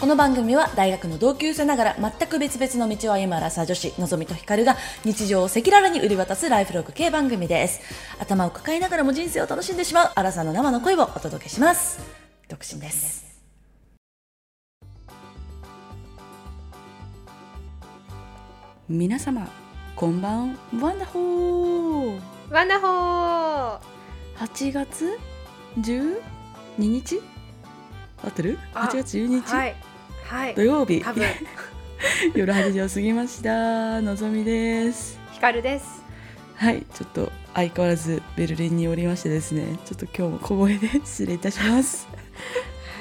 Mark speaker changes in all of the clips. Speaker 1: この番組は大学の同級生ながら全く別々の道を歩むアラサー女子のぞみとひかるが日常を赤裸々に売り渡すライフログ系番組です頭を抱えながらも人生を楽しんでしまうアラサーの生の声をお届けします独身です
Speaker 2: 皆様こんばんワンダホー
Speaker 3: ワンダホー
Speaker 2: 8月12日合ってる
Speaker 3: あ
Speaker 2: ?8 月12日、
Speaker 3: はいはい
Speaker 2: 土曜日
Speaker 3: 多分
Speaker 2: 夜8時を過ぎましたのぞみです
Speaker 3: ヒカルです
Speaker 2: はいちょっと相変わらずベルリンにおりましてですねちょっと今日も小声で失礼いたします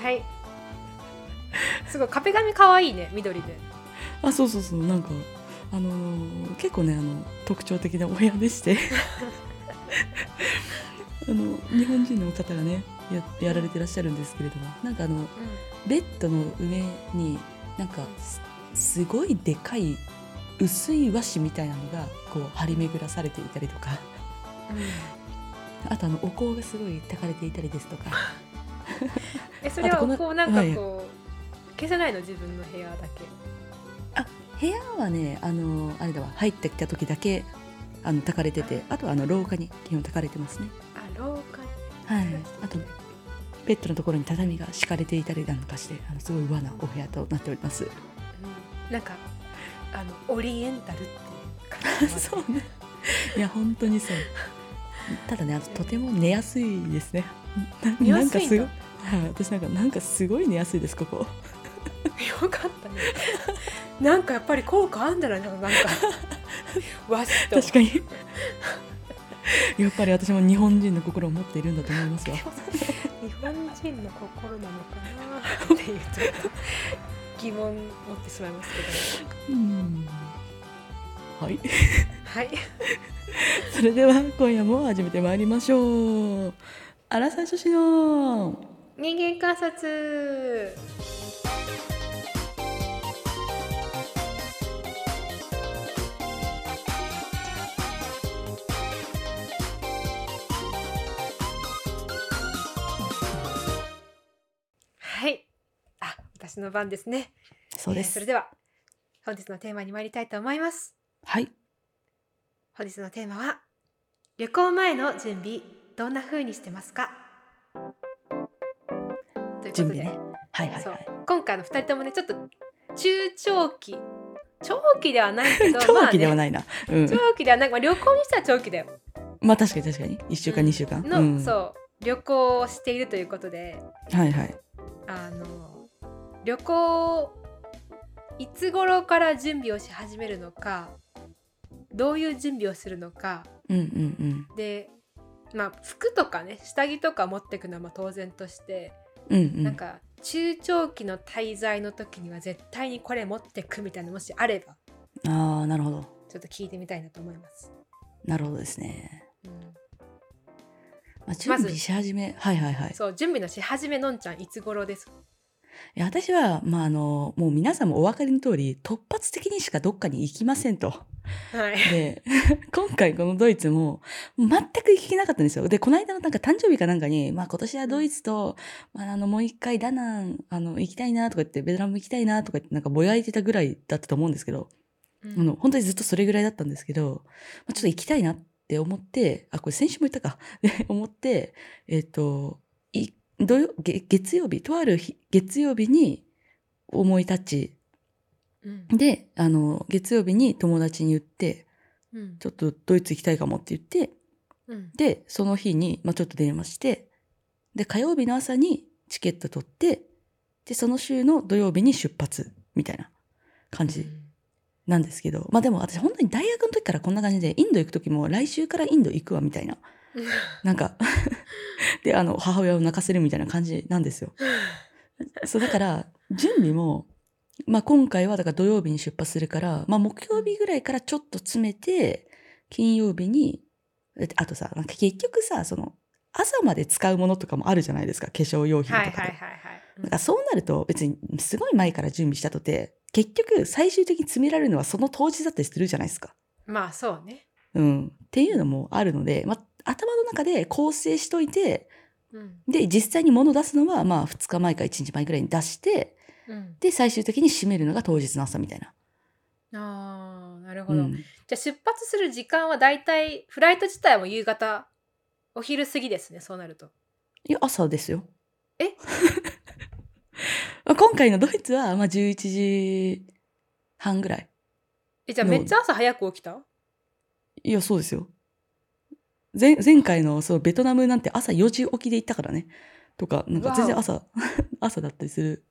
Speaker 3: はいすごい壁紙可愛いね緑で
Speaker 2: あそうそうそうなんかあのー結構ねあの特徴的なお部屋でして あの日本人の方がねややられてらっしゃるんですけれどもなんかあのベッドの上になんかすすごいでかい薄い和紙みたいなのがこう張り巡らされていたりとか
Speaker 3: うん、
Speaker 2: あとあのお香がすごい焚かれていたりですとか
Speaker 3: えそれ
Speaker 2: あとこの
Speaker 3: はこうなんか
Speaker 2: はい
Speaker 3: こう消せないの自分の部屋だけ
Speaker 2: 部屋はねあのあれだわ入ってきた時だけあの炊かれててあとはあの廊下に基本炊かれてますね
Speaker 3: あ廊下に
Speaker 2: はいあとベッドのところに畳が敷かれていたりなんかしてあのすごい和なお部屋となっております
Speaker 3: うんなんかあのオリエンタルっていう感じ
Speaker 2: そうねいや本当にそう ただねあのとても寝やすいですねな
Speaker 3: 寝やす
Speaker 2: なんか
Speaker 3: いん
Speaker 2: す
Speaker 3: だ
Speaker 2: ごいはい、私なんかなんかすごい寝やすいですここ
Speaker 3: よかったねなんかやっぱり効果あんだろうなな んか和紙と
Speaker 2: 確かにやっぱり私も日本人の心を持っているんだと思いますよ
Speaker 3: 日本人の心なのかなっていうちょっと疑問持ってしまいますけど
Speaker 2: うんはい
Speaker 3: はい
Speaker 2: それでは今夜も始めてまいりましょうアラサー女子の
Speaker 3: 人間観察はいあ私の番ですね
Speaker 2: そうで
Speaker 3: えーそ
Speaker 2: す
Speaker 3: れでは本日のテーマに参りたいと思います
Speaker 2: はい
Speaker 3: 本日のテーマは旅行前の準備どんな風にしてますかということ
Speaker 2: 準
Speaker 3: で、
Speaker 2: 備ねはいはい
Speaker 3: そ
Speaker 2: は
Speaker 3: う
Speaker 2: い
Speaker 3: 今回の2人ともねちょっと中長期長期ではないけど
Speaker 2: 長期では
Speaker 3: ま
Speaker 2: ないな、うん
Speaker 3: あね、長期ではない、まあ、旅行にしたら長期だよ
Speaker 2: まあ確かに確かに1週間2週間
Speaker 3: の、
Speaker 2: うん
Speaker 3: そう旅行をしているということで
Speaker 2: はいはい
Speaker 3: あの旅行いつ頃から準備をし始めるのかどういう準備をするのか
Speaker 2: うんうんうん
Speaker 3: でまあ服とかね下着とか持ってくのはまあ当然として、
Speaker 2: うんう
Speaker 3: なん
Speaker 2: ん
Speaker 3: か中長期の滞在の時には絶対にこれ持ってくみたいなのもしあれば
Speaker 2: ああなるほど
Speaker 3: ちょっと聞いてみたいなと思います。
Speaker 2: なるほどですね、
Speaker 3: うん
Speaker 2: まあ、準備し始め、はいはいはい
Speaker 3: そう準備のし始めのんちゃんいつ頃です
Speaker 2: いや私はまああのもう皆さんもお分かりの通り突発的にしかどっかに行きませんと
Speaker 3: はい
Speaker 2: で 今回このドイツも全く行けなかったんですよでこの間のなんか誕生日かなんかに、まあ、今年はドイツと、まあ、あのもう一回ダナンあの行きたいなとか言ってベトナム行きたいなとか言ってなんかぼやいてたぐらいだったと思うんですけど
Speaker 3: うん
Speaker 2: あの本当にずっとそれぐらいだったんですけど、まあ、ちょっと行きたいなって思ってあこれ先週も言ったか で思ってえっ、とい土曜げ月曜日とある日月曜日に思い立ち
Speaker 3: うん
Speaker 2: であの月曜日に友達に言って
Speaker 3: うん
Speaker 2: ちょっとドイツ行きたいかもって言って
Speaker 3: うん
Speaker 2: でその日に、まあ、ちょっと電話してで火曜日の朝にチケット取ってでその週の土曜日に出発みたいな感じなんですけど、まあでも私本当に大学の時からこんな感じで、インド行く時も来週からインド行くわみたいな、
Speaker 3: うん
Speaker 2: なん か、で、あの、母親を泣かせるみたいな感じなんですよ。そうだから、準備も、まあ今回はだから土曜日に出発するから、まあ木曜日ぐらいからちょっと詰めて、金曜日に、だってあとさ、なんか結局さ、その、朝まで使うものとかもあるじゃないですか、化粧用品とか
Speaker 3: はいはい
Speaker 2: で。
Speaker 3: はいはい
Speaker 2: なんかそうなると別にすごい前から準備したとて、結局最終的に詰められるのはその当日だったりするじゃないですか。
Speaker 3: うんまあそうね、
Speaker 2: うん。っていうのもあるので、まあ、頭の中で構成しといて、
Speaker 3: うん
Speaker 2: で、実際に物出すのは、まあ、2日前か1日前ぐらいに出して、
Speaker 3: うん、
Speaker 2: で最終的に閉めるのが当日の朝みたいな。
Speaker 3: あーなるほ
Speaker 2: う
Speaker 3: ど、
Speaker 2: ん、
Speaker 3: じゃあ出発する時間はだいたいフライト自体も夕方お昼過ぎですねそうなると
Speaker 2: いや朝ですよ。
Speaker 3: え
Speaker 2: 今回のドイツは、まあ、11時半ぐらい。
Speaker 3: えじゃあめっちゃ朝早く起きた
Speaker 2: いやそうですよ。前前回のそのベトナムなんて朝4時起きで行ったからね。とか、なんか全然
Speaker 3: わお
Speaker 2: 朝、 朝だったりする。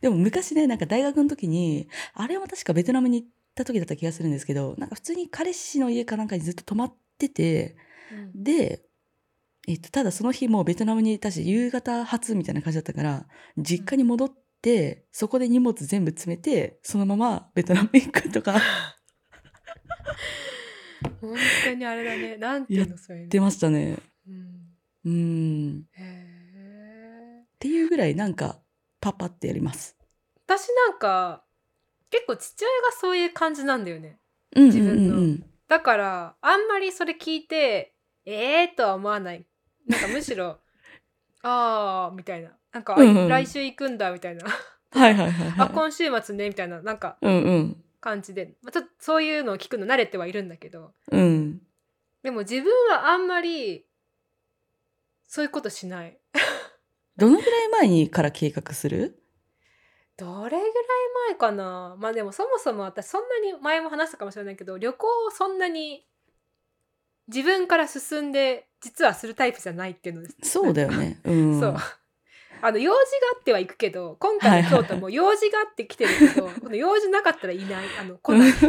Speaker 2: でも昔ね、なんか大学の時に、あれは確かベトナムに行った時だった気がするんですけど、なんか普通に彼氏の家かなんかにずっと泊まってて、
Speaker 3: うん
Speaker 2: で、えっと、ただその日もうベトナムにいたし夕方発みたいな感じだったから実家に戻ってそこで荷物全部詰めてそのままベトナム行くとかや
Speaker 3: 本当にあれだねなんていうのそういう
Speaker 2: っ
Speaker 3: の
Speaker 2: てましたね。
Speaker 3: うん
Speaker 2: うーんっ
Speaker 3: へえ
Speaker 2: ていうぐらいなんかパパってやります。
Speaker 3: 私なんか結構父親がそういう感じなんだよね
Speaker 2: うんうん
Speaker 3: 自分の
Speaker 2: うん
Speaker 3: だからあんまりそれ聞いてええー、とは思わないなんかむし ろああみたいななんか、あ
Speaker 2: うんうん
Speaker 3: 来週行くんだみたいな
Speaker 2: うん。はいはいはい、
Speaker 3: あ
Speaker 2: はい。
Speaker 3: 今週末ねみたいななんか
Speaker 2: うんうん
Speaker 3: 感じで、まあ、ちょっとそういうのを聞くの慣れてはいるんだけど
Speaker 2: うん。
Speaker 3: でも自分はあんまりそういうことしない
Speaker 2: どのぐらい前にから計画する
Speaker 3: どれぐらい前かなまあでもそもそも私そんなに前も話したかもしれないけど旅行をそんなに自分から進んで実はするタイプじゃないっていうのです、
Speaker 2: そうだよ ね。うん。
Speaker 3: そう あの用事があっては行くけど今回の京都も用事があって来てるけ ど、この用事なかったらいないあの来ない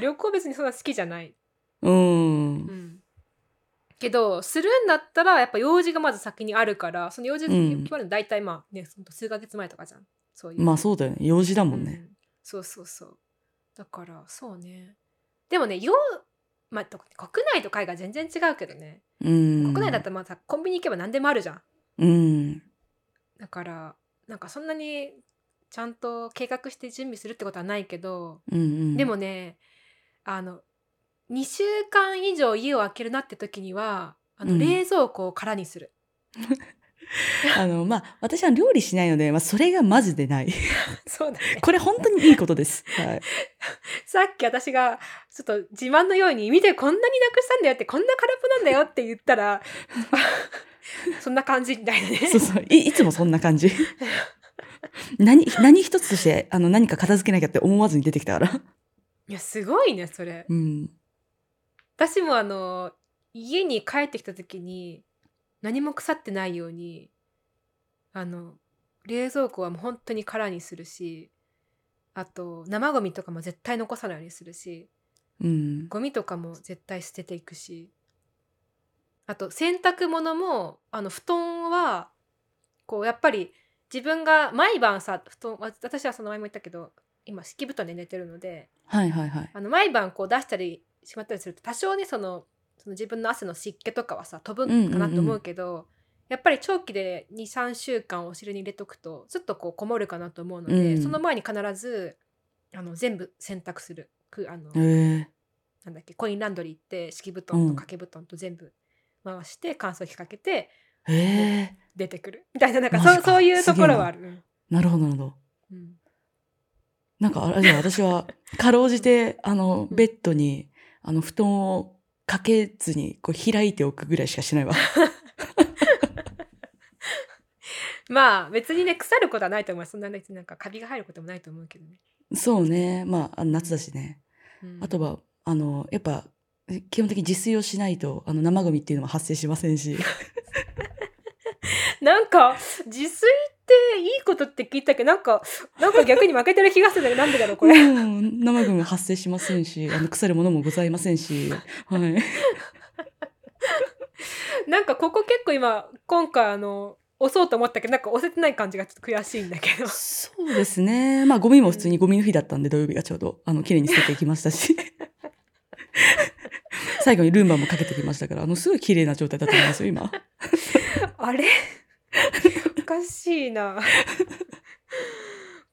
Speaker 3: 旅行別にそんな好きじゃない、
Speaker 2: う
Speaker 3: う。
Speaker 2: ん
Speaker 3: ん、けどするんだったらやっぱ用事がまず先にあるからその用事が
Speaker 2: うん
Speaker 3: 決まるの大体まあね、ほんと数ヶ月前とかじゃんそういう
Speaker 2: まあそうだよね。用事だもんね。
Speaker 3: うんそうそうそうだからそうねでもねよう、まあ、と国内と海外全然違うけどね
Speaker 2: うん。
Speaker 3: 国内だったらまたコンビニ行けば何でもあるじゃん
Speaker 2: うん。
Speaker 3: だからなんかそんなにちゃんと計画して準備するってことはないけど
Speaker 2: うんうん。
Speaker 3: でもねあの2週間以上家を開けるなって時にはあ
Speaker 2: う
Speaker 3: の
Speaker 2: ん
Speaker 3: 冷蔵庫を空にする、
Speaker 2: あの、まあ、私は料理しないので、まあ、それがマジでない。
Speaker 3: そうだね
Speaker 2: これ本当にいいことです。はい。
Speaker 3: さっき私がちょっと自慢のように見てこんなになくしたんだよってこんな空っぽなんだよって言ったら そんな感じみたいなね
Speaker 2: そうそう。い、いつもそんな 感じ。何、何一つとして、あの、何か片付けなきゃって思わずに出てきたから。
Speaker 3: いやすごいねそれ
Speaker 2: うん。
Speaker 3: 私もあの家に帰ってきた時に何も腐ってないようにあの冷蔵庫はもう本当に空にするしあと生ゴミとかも絶対残さないようにするし
Speaker 2: うん。
Speaker 3: ゴミとかも絶対捨てていくしあと洗濯物もあの布団はこうやっぱり自分が毎晩さ布団わ私はその前も言ったけど今敷布団で寝てるので
Speaker 2: はいはいはい。
Speaker 3: あの毎晩こう出したりしまったりすると多少ねそのその自分の汗の湿気とかはさ飛ぶんかなと思うけど、やっぱり長期で23週間お汁に入れとくとちょっとこうこもるかなと思うので、
Speaker 2: うん
Speaker 3: その前に必ずあの全部洗濯するくあの、
Speaker 2: ええ
Speaker 3: なんだっけコインランドリー行って敷布団
Speaker 2: うん
Speaker 3: と掛け布団と全部回して乾燥機かけて
Speaker 2: ええ
Speaker 3: 出てくるみたいななんか
Speaker 2: マジ
Speaker 3: そ
Speaker 2: か
Speaker 3: うそういうところはある。
Speaker 2: なるほどなるほど。
Speaker 3: うんうん
Speaker 2: なんか、あれだ、私は、かろうじて、あの、ベッドに、あの、布団をかけずに、こう、開いておくぐらいしか しないわ。
Speaker 3: まあ別にね腐ることはないと思いますそんなねなんかカビが入ることもないと思うけどね。
Speaker 2: そうね。まあ、あの夏だしね。
Speaker 3: うん
Speaker 2: あとは、あの、やっぱ、え基本的に自炊をしないと、あの、生ゴミっていうのは発生しませんし。
Speaker 3: なんか自炊っていいことって聞いたけどなんかなんか逆に負けてる気がするんだけどなんでだろう こ
Speaker 2: う
Speaker 3: れ。
Speaker 2: ん、生ゴミは発生しませんし、あの、腐るものもございませんし、 はい。
Speaker 3: なんかここ結構今今回あの押そうと思ったけどなんか押せてない感じがちょっと悔しいんだけど。
Speaker 2: そうですね。まあ、ゴミも普通にゴミの日だったんで、土曜日がちょうど、あの、綺麗に捨てていきまし たし。最後にルンバもかけてきましたから、あの、すごい綺麗な状態だと思いますよ、今。
Speaker 3: あれおかしいな。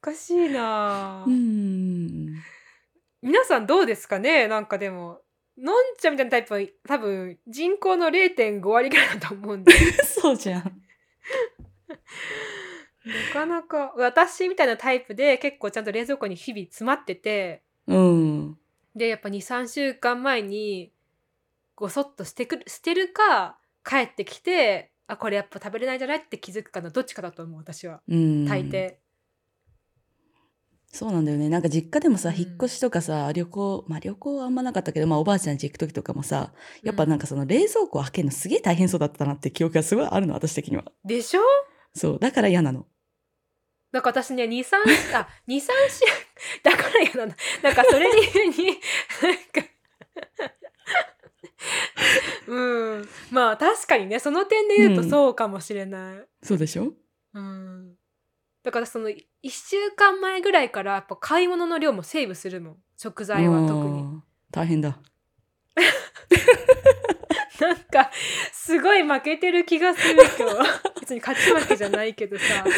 Speaker 3: おかしいな、
Speaker 2: うん。
Speaker 3: 皆さんどうですかねなんかでも。のんちゃんみたいなタイプは多分人口の0.5割ぐらいだと思うんで
Speaker 2: そうじゃん。
Speaker 3: だかなか私みたいなタイプで結構ちゃんと冷蔵庫に日々詰まってて
Speaker 2: うん。
Speaker 3: でやっぱ23週間前にごそっとしてくる捨てるか帰ってきてあこれやっぱ食べれないんじゃないって気づくかのどっちかだと思う私は
Speaker 2: うん。
Speaker 3: 大抵、
Speaker 2: そうなんだよね。なんか実家でもさ、
Speaker 3: うん
Speaker 2: 引っ越しとかさ、旅行、まあ旅行はあんまなかったけど、まあおばあちゃん家行く時とかもさ、やっぱなんかその冷蔵庫開けるのすげえ大変そうだったなって記憶がすごいあるの、私的には。
Speaker 3: でしょ
Speaker 2: そう。だから嫌なの。
Speaker 3: なんか私ね23あ23週 だから嫌なんだなんかそれ理由になんかうんまあ確かにねその点で言う
Speaker 2: う
Speaker 3: と
Speaker 2: ん
Speaker 3: そうかもしれない、
Speaker 2: そうでしょ
Speaker 3: うんだからその1週間前ぐらいからやっぱ買い物の量もセーブするもん食材は特
Speaker 2: う
Speaker 3: に
Speaker 2: ん大変だ。
Speaker 3: なんかすごい負けてる気がする今日別に勝ち負けじゃないけどさだか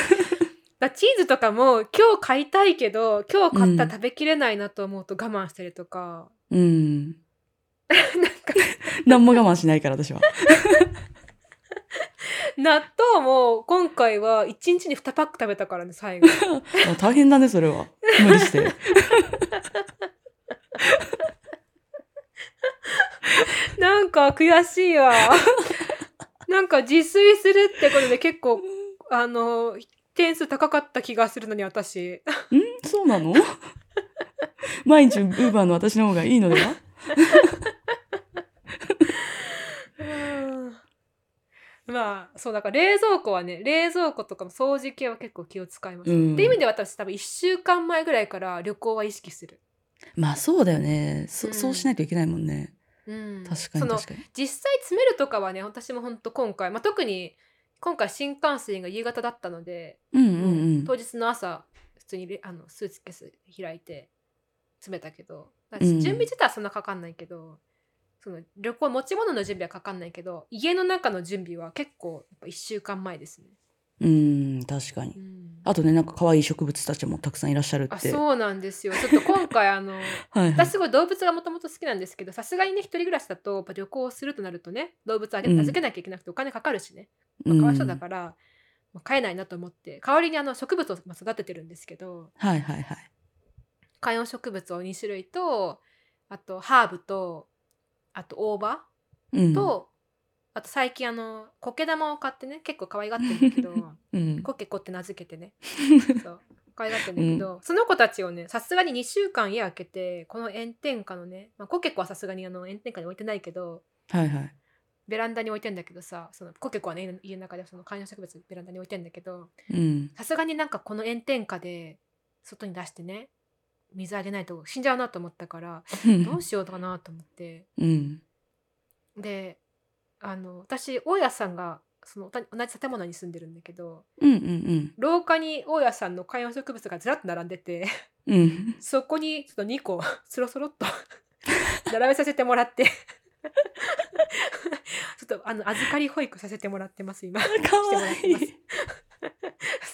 Speaker 3: らチーズとかも今日買いたいけど今日買ったら食べきれないなと思うと我慢したりとか、
Speaker 2: うん。
Speaker 3: なんか
Speaker 2: 何も我慢しないから、私は。
Speaker 3: 納豆も今回は1日に2パック食べたからね最後
Speaker 2: あ大変だね、それは。無理して。
Speaker 3: なんか悔しいわなんか自炊するってことで結構あの点数高かった気がするのに私
Speaker 2: んそうなの毎日ウーバーの私の方がいいのでは
Speaker 3: まあそうだから冷蔵庫はね冷蔵庫とかも掃除系は結構気を使います、
Speaker 2: うん
Speaker 3: って意味で私多分1週間前ぐらいから旅行は意識する、
Speaker 2: まあそうだよねそ,、
Speaker 3: う
Speaker 2: うんそうしないといけないもんね
Speaker 3: うん
Speaker 2: 確
Speaker 3: そ
Speaker 2: かに
Speaker 3: の
Speaker 2: 確かに
Speaker 3: 実際詰めるとかはね私もほんと今回、まあ、特に今回新幹線が夕方だったので、
Speaker 2: うんうんうん
Speaker 3: 当日の朝普通にレあのスーツケース開いて詰めたけどだ
Speaker 2: うん
Speaker 3: 準備自体はそんなかかんないけど、その旅行持ち物の準備はかかんないけど家の中の準備は結構やっぱ1週間前ですね。
Speaker 2: うん確かに
Speaker 3: うん
Speaker 2: あとねなんか可愛い植物たちもたくさんいらっしゃる
Speaker 3: あ
Speaker 2: って
Speaker 3: そうなんですよちょっと今回あ の
Speaker 2: はいはい
Speaker 3: 私すごい動物がもともと好きなんですけどさすがにね一人暮らしだとやっぱ旅行するとなるとね動物あげ
Speaker 2: うん
Speaker 3: 預けなきゃいけなくてお金かかるしね、
Speaker 2: うん
Speaker 3: かわいそうだから、まあ飼えないなと思って代わりにあの植物をまあ育ててるんですけど
Speaker 2: はいはいはい
Speaker 3: 観葉植物を2種類とあとハーブとあと大葉
Speaker 2: うん
Speaker 3: と、あと最近あの苔玉を買ってね結構可愛がってるんだけ ど
Speaker 2: うん
Speaker 3: コケコって名付けて ねそう可愛がってるんだけど、その子たちをねさすがに2週間家開けてこの炎天下のね、まあ、コケコはさすがにあの炎天下に置いてないけど
Speaker 2: はいはい
Speaker 3: ベランダに置いてんだけどさそのコケコはね家の家の中でその観葉植物ベランダに置いてんだけど
Speaker 2: うん
Speaker 3: さすがになんかこの炎天下で外に出してね水あげないと死んじゃうなと思ったからどうしようかなと思って
Speaker 2: うん
Speaker 3: であの私大家さんがそのおた同じ建物に住んでるんだけど
Speaker 2: うんうん
Speaker 3: 廊下に大家さんの観葉植物がずらっと並んで て
Speaker 2: うんうん
Speaker 3: そこにちょっと2個そろそろっと 並べさせてもらって ちょっとあの預かり保育させてもらって ます今
Speaker 2: かわいい
Speaker 3: して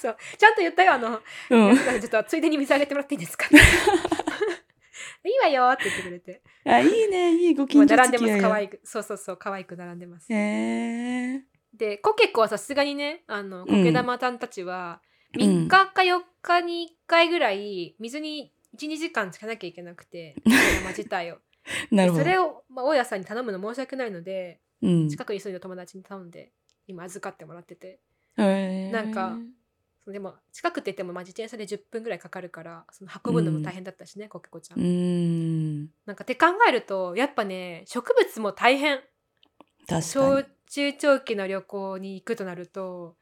Speaker 3: そうちゃんと言ったよあの
Speaker 2: うん
Speaker 3: ちょっとついでに水あげてもらっていいです かいいわよって言ってくれて
Speaker 2: あいいねいいご
Speaker 3: 今
Speaker 2: 近所
Speaker 3: 並ん
Speaker 2: 付
Speaker 3: でます
Speaker 2: き合い
Speaker 3: 可
Speaker 2: が
Speaker 3: 愛くそうそうそう可愛く並んでます
Speaker 2: へえ
Speaker 3: でコケコはさすがにねあのコケ玉さんたちは
Speaker 2: ん
Speaker 3: 3日か4日に1回ぐらい水に12時間つけなきゃいけなく てコケ玉自体を
Speaker 2: なるほ
Speaker 3: そ
Speaker 2: ど
Speaker 3: れを、まあ、大家さんに頼むの申し訳ないので
Speaker 2: うん
Speaker 3: 近くに住んでる友達に頼んで今預かってもらってて
Speaker 2: へー
Speaker 3: なんかそのでも近くって言っても、まあ、自転車で10分ぐらいかかるからその運ぶのも大変だったしね、コケコちゃん。
Speaker 2: うん
Speaker 3: なんかって考えるとやっぱね植物も大変
Speaker 2: 確かに
Speaker 3: 小中長期の旅行に行くとなると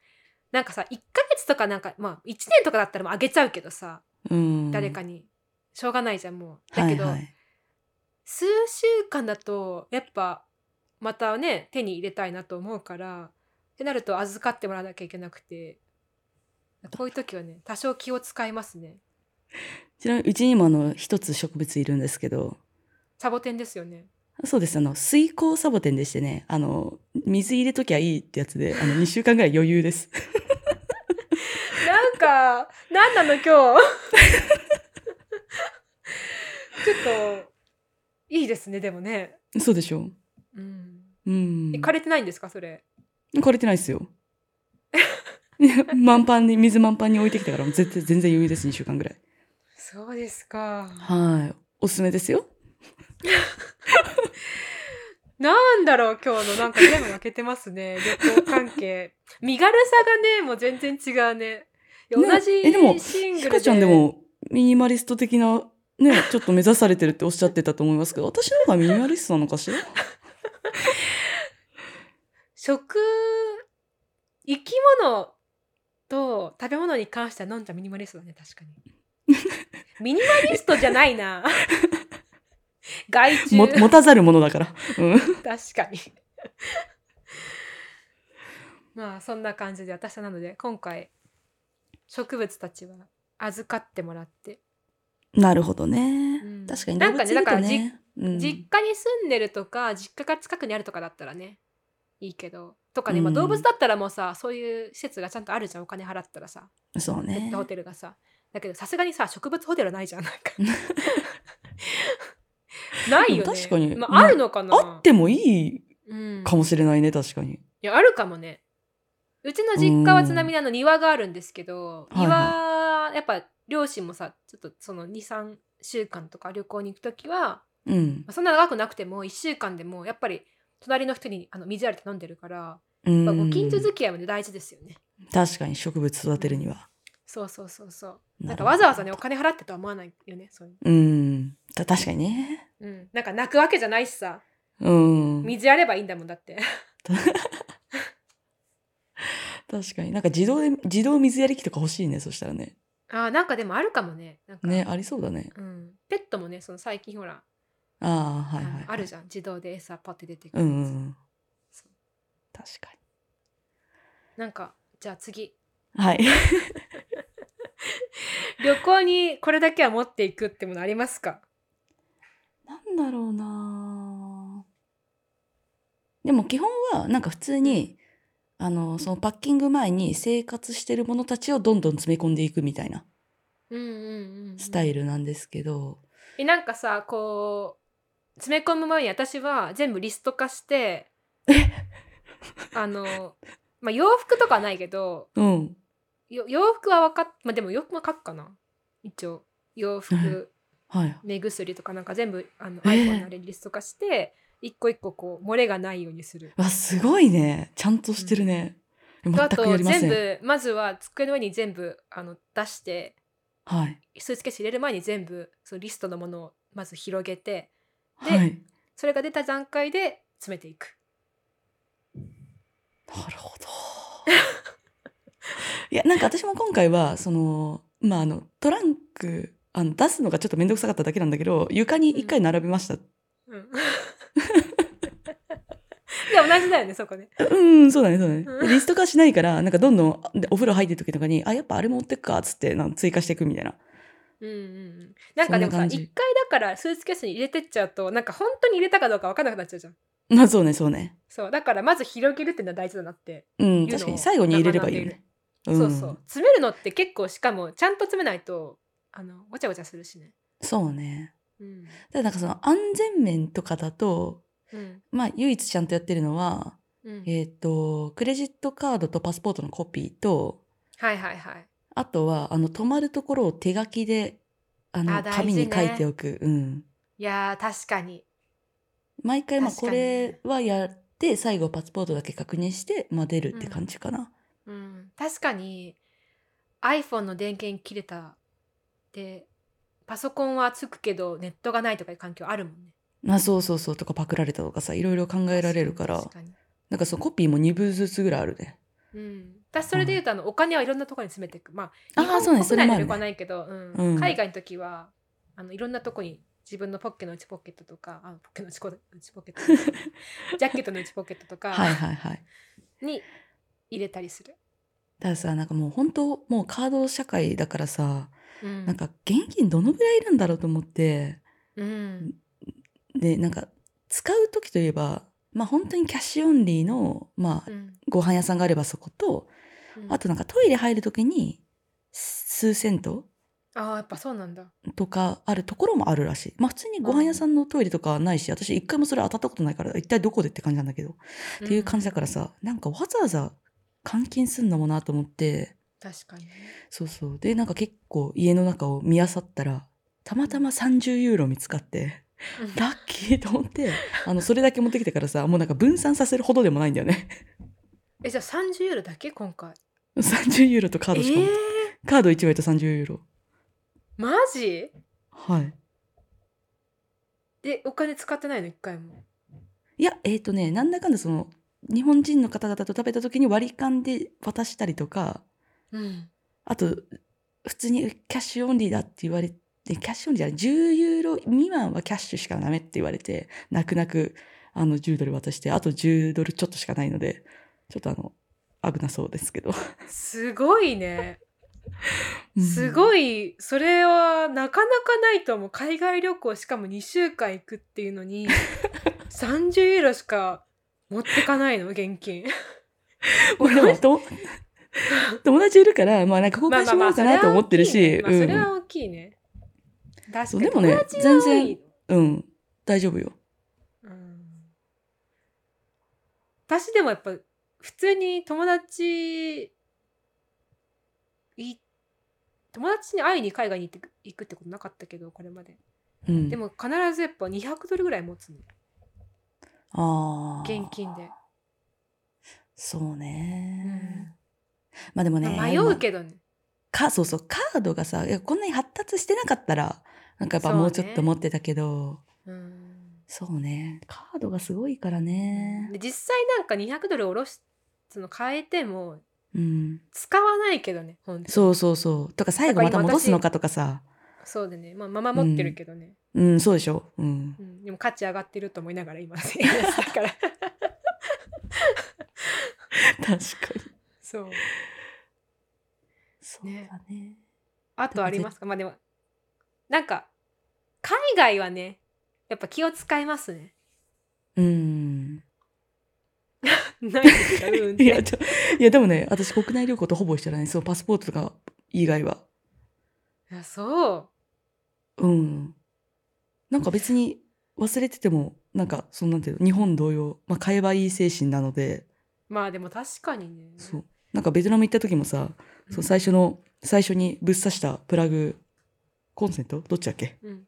Speaker 3: なんかさ1ヶ月とかなんかまあ1年とかだったらもうあげちゃうけどさ、
Speaker 2: うん
Speaker 3: 誰かにしょうがないじゃんもうだけど、
Speaker 2: はいはい
Speaker 3: 数週間だとやっぱまたね手に入れたいなと思うからってなると預かってもらわなきゃいけなくてこういう時はね多少気を使いますね
Speaker 2: ちなみにうちにもあの一つ植物いるんですけど
Speaker 3: サボテンですよね
Speaker 2: そうですあの水耕サボテンでしてねあの水入れときゃいいってやつであの2週間ぐらい余裕です
Speaker 3: なんか、なんなの 今日。ちょっと、いいですね、でもね。
Speaker 2: そうでしょ
Speaker 3: うん。
Speaker 2: うん
Speaker 3: え枯れてないんですか、それ。
Speaker 2: 枯れてないですよ 満帆に、水満帆に置いてきたから、もう絶対全然余裕です、2週間ぐらい。
Speaker 3: そうですか。
Speaker 2: はい。おすすめですよ。
Speaker 3: なんだろう、今日のなんか全部負けてます ね。旅行関係。身軽さがね、もう全然違うね。いや
Speaker 2: ね
Speaker 3: 同じ
Speaker 2: えでも
Speaker 3: シングルで。
Speaker 2: ひかちゃんでも、ミニマリスト的な、ね、 ちょっと目指されてるっておっしゃってたと思いますけど、私の方がミニマリストなのかし ら
Speaker 3: 食、生き物と食べ物に関しては飲んじゃミニマリストだね、確かに。ミ ニマリストじゃないな。害虫。
Speaker 2: も
Speaker 3: 確
Speaker 2: 持たざるものだから。うん。
Speaker 3: かに。まあ、そんな感じで、私はなので、今回、植物たちは預かってもらって、
Speaker 2: なるほどね。
Speaker 3: うん
Speaker 2: 確かに
Speaker 3: な
Speaker 2: 動
Speaker 3: ん
Speaker 2: 物
Speaker 3: かね
Speaker 2: いると
Speaker 3: だ
Speaker 2: ね。うん
Speaker 3: 実家に住んでるとか実家が近くにあるとかだったらねいいけどとかね、まあ、
Speaker 2: うん
Speaker 3: 動物だったらもうさそういう施設がちゃんとあるじゃんお金払ったらさ
Speaker 2: そう
Speaker 3: ペッ
Speaker 2: ね
Speaker 3: ト。ホテルがさだけどさすがにさ植物ホテルはないじゃん なんか ないよね
Speaker 2: でも確かに
Speaker 3: ま
Speaker 2: まあ
Speaker 3: あ、あるのかな
Speaker 2: あってもいい
Speaker 3: うん、
Speaker 2: かもしれないね、確かに。
Speaker 3: いやあるかもねうちの実家はちなみにあの庭があるんですけど、
Speaker 2: はい
Speaker 3: 庭、
Speaker 2: はい
Speaker 3: やっぱ両親もさちょっとその23週間とか旅行に行く時は
Speaker 2: うん
Speaker 3: まあ。そんな長くなくても1週間でもやっぱり隣の人にあの水ありて飲んでるから、
Speaker 2: うん
Speaker 3: まあ、ご近所付き合いも、ね、大事ですよね。
Speaker 2: 確かに植物育てるには。
Speaker 3: そうそうそうそう。
Speaker 2: な
Speaker 3: なん
Speaker 2: る
Speaker 3: か
Speaker 2: ほど
Speaker 3: わざわざねお金払ってとは思わないよねそういう、
Speaker 2: うん。た確かにね。
Speaker 3: うん。なんか泣くわけじゃないしさ
Speaker 2: うん。
Speaker 3: 水あればいいんだもんだ って。
Speaker 2: 確かに。なんか自動で、自動水やり器とか欲しいね、そしたらね。
Speaker 3: あーなんかでもあるかもね。なんか
Speaker 2: ね、ありそうだね。
Speaker 3: うん、ペットもねその最近ほら、
Speaker 2: ああ、はい
Speaker 3: あの
Speaker 2: はい。
Speaker 3: あるじゃん自動で餌パッて出てく
Speaker 2: う
Speaker 3: るやつ
Speaker 2: んうんうん。
Speaker 3: そう
Speaker 2: 確か
Speaker 3: なんかじゃあ次
Speaker 2: に。はい。
Speaker 3: 旅行にこれだけは持っていくってものありますか
Speaker 2: なんだろうなでも基本はなんか普通にあのそのパッキング前に生活してるものたちをどんどん詰め込んでいくみたいな
Speaker 3: うんうんうん、うん、
Speaker 2: スタイルなんですけど、
Speaker 3: えなんかさこう詰め込む前に私は全部リスト化してあの、まあ、洋服とかはないけど
Speaker 2: うん
Speaker 3: よ洋服は分かっ、まあ、でも洋服は書くかな一応洋服
Speaker 2: はい
Speaker 3: 目薬とかなんか全部あの
Speaker 2: えー
Speaker 3: iPhone のあれにリスト化して一個一個こう漏れがないようにする。
Speaker 2: わすごいねちゃんとしてるね、全
Speaker 3: あと
Speaker 2: くやりませ
Speaker 3: 全
Speaker 2: ん
Speaker 3: 部まずは机の上に全部あの出して
Speaker 2: はい
Speaker 3: スーツケース入れる前に全部そのリストのものをまず広げてで
Speaker 2: はい
Speaker 3: それが出た段階で詰めていく。
Speaker 2: なるほど いやなんか私も今回はそのまああのトランクあの出すのがちょっと面倒くさかっただけなんだけど床に一回並べました、
Speaker 3: うん でも同じだよねそこね。
Speaker 2: うん、そうだね、そうだね
Speaker 3: う。ん
Speaker 2: リスト化しないから、なんかどんどんでお風呂入ってる時とかに、あ、やっぱあれ持ってくか、つってなんか追加していくみたいな。
Speaker 3: うんうんうん、なんかでも
Speaker 2: そんな
Speaker 3: さ
Speaker 2: 感
Speaker 3: 一
Speaker 2: じ
Speaker 3: 回だからスーツケースに入れてっちゃうとなんか本当に入れたかどうか分かんなくなっちゃうじゃん。
Speaker 2: まあそうね、そうね。
Speaker 3: そうだからまず広げるっていうのは大事だなって、
Speaker 2: うん、
Speaker 3: いうのを
Speaker 2: 確かに。最後に入れればいいよね。ん
Speaker 3: そうそう。詰めるのって結構しかもちゃんと詰めないとあのごちゃごちゃするしね。
Speaker 2: そうね。
Speaker 3: うん
Speaker 2: ただなんかその安全面とかだと、
Speaker 3: うん
Speaker 2: まあ唯一ちゃんとやってるのは、
Speaker 3: うん、
Speaker 2: えっ、と、クレジットカードとパスポートのコピーと、
Speaker 3: はいはいはい。
Speaker 2: あとは、あの、泊まるところを手書きで、あの、
Speaker 3: あ大事
Speaker 2: 紙に
Speaker 3: ね
Speaker 2: 書いておく。うん。
Speaker 3: いやー確かに。
Speaker 2: 毎回、まあ
Speaker 3: 確か
Speaker 2: こ
Speaker 3: に
Speaker 2: れはやって、最後パスポートだけ確認して、まあ出るって感じかな。
Speaker 3: うん、確かに iPhone の電源切れたでパソコンはつくけどネットがないとかいう環境あるもんね。
Speaker 2: まあそうそうそうとかパクられたとかさいろいろ考えられるから
Speaker 3: 確かに
Speaker 2: なんかそのコピーも2部ずつぐらいあるね
Speaker 3: うん、私それで言うと、あのお金はいろんなところに詰めていくまあ
Speaker 2: あー
Speaker 3: 日本
Speaker 2: そうねそれ
Speaker 3: 国内の
Speaker 2: もあるね
Speaker 3: 旅行はないけど、うん
Speaker 2: うん
Speaker 3: 海外の時はあのいろんなとこに自分のポッケの内ポケットとかあポッケの内ポ内ポケットジャケットの内ポケットとか
Speaker 2: はいはいはい
Speaker 3: に入れたりする、
Speaker 2: たださなんかもう本当もうカード社会だからさ
Speaker 3: うん
Speaker 2: なんか現金どのぐらいいるんだろうと思って
Speaker 3: うん
Speaker 2: でなんか使う時といえばまあ本当にキャッシュオンリーのま
Speaker 3: う
Speaker 2: あ
Speaker 3: ん
Speaker 2: ご飯屋さんがあればそこと
Speaker 3: うん
Speaker 2: あとなんかトイレ入る時に数銭湯
Speaker 3: あーやっぱそうなんだ
Speaker 2: とかあるところもあるらしいまあ普通にご飯屋さんのトイレとかはないし私一回もそれ当たったことないから一体どこでって感じなんだけどっていう感じだからさ、なんかわざわざ監禁すんのもなと思って
Speaker 3: 確かにね。
Speaker 2: そうそうでなんか結構家の中を見漁ったらたまたま30ユーロ見つかってラッキーと思ってあのそれだけ持ってきてからさもうなんか分散させるほどでもないんだよね
Speaker 3: え、じゃあ30ユーロだけ今回。
Speaker 2: 30ユーロとカー
Speaker 3: え
Speaker 2: ドしかも、
Speaker 3: ー、
Speaker 2: カード1枚と30ユーロ
Speaker 3: マジ
Speaker 2: はい
Speaker 3: で、お金使ってないの一回も。
Speaker 2: いやえっ、とねなんだかんだその日本人の方々と食べた時に割り勘で渡したりとか
Speaker 3: うん。
Speaker 2: あと普通にキャッシュオンリーだって言われてキャッシュオンリーじゃない10ユーロ未満はキャッシュしかダメって言われて泣く泣くあの10ドル渡してあと10ドルちょっとしかないのでちょっとあの危なそうですけど、
Speaker 3: すごいね。す
Speaker 2: い
Speaker 3: ごい、それはなかなかないと思う。海外旅行しかも2週間行くっていうの に、30ユーロしか持ってかないの、現 金。
Speaker 2: 俺でもと友達いるからまあなんか交換しようかなと思ってるし
Speaker 3: まあまあそれ
Speaker 2: うん
Speaker 3: は大きいね。まあ
Speaker 2: そ
Speaker 3: そうれ
Speaker 2: で
Speaker 3: は大きいね。確かに。
Speaker 2: も
Speaker 3: 友
Speaker 2: ね
Speaker 3: 達は多い
Speaker 2: 全うん大丈夫よ
Speaker 3: うん私でもやっぱ普通に友達い友達に会いに海外に行って行くってことなかったけどこれまで
Speaker 2: うん
Speaker 3: でも必ずやっぱ200ドルぐらい持つの
Speaker 2: あー
Speaker 3: 現金で、
Speaker 2: そう
Speaker 3: う
Speaker 2: ね、
Speaker 3: ん
Speaker 2: まあでもね
Speaker 3: まあ迷うけどね
Speaker 2: かそうそうカードがさいやこんなに発達してなかったらなんかやっぱ
Speaker 3: そうね
Speaker 2: もうちょっと持ってたけど
Speaker 3: うん
Speaker 2: そうねカードがすごいからね
Speaker 3: で実際なんか200ドル下ろしその変えても
Speaker 2: うん
Speaker 3: 使わないけどね本当に
Speaker 2: そうそうそうとか最後また
Speaker 3: なんか今私
Speaker 2: 戻すのかとかさ
Speaker 3: そうでねまあまま持ってるけどね、
Speaker 2: うんそうでしょうん
Speaker 3: うん、でも価値上がってると思いながら今だから
Speaker 2: 確かに
Speaker 3: そう
Speaker 2: そうだね
Speaker 3: あとありますかまあでもなんか海外はねやっぱ気を使います ね。
Speaker 2: うん
Speaker 3: ないですか うんっ
Speaker 2: い
Speaker 3: て
Speaker 2: やちょいやでもね私国内旅行とほぼ一緒だねそうパスポートとか以外はい
Speaker 3: やそう
Speaker 2: うん。なんか別に忘れてても、なんか、そのなんていうの、日本同様、まあ、買えばいい精神なので、
Speaker 3: まあでも確かにね。
Speaker 2: そう。なんかベトナム行った時もさ、そう最初の、最初にぶっ刺したプラグ、コンセントどっちだっけ
Speaker 3: うん、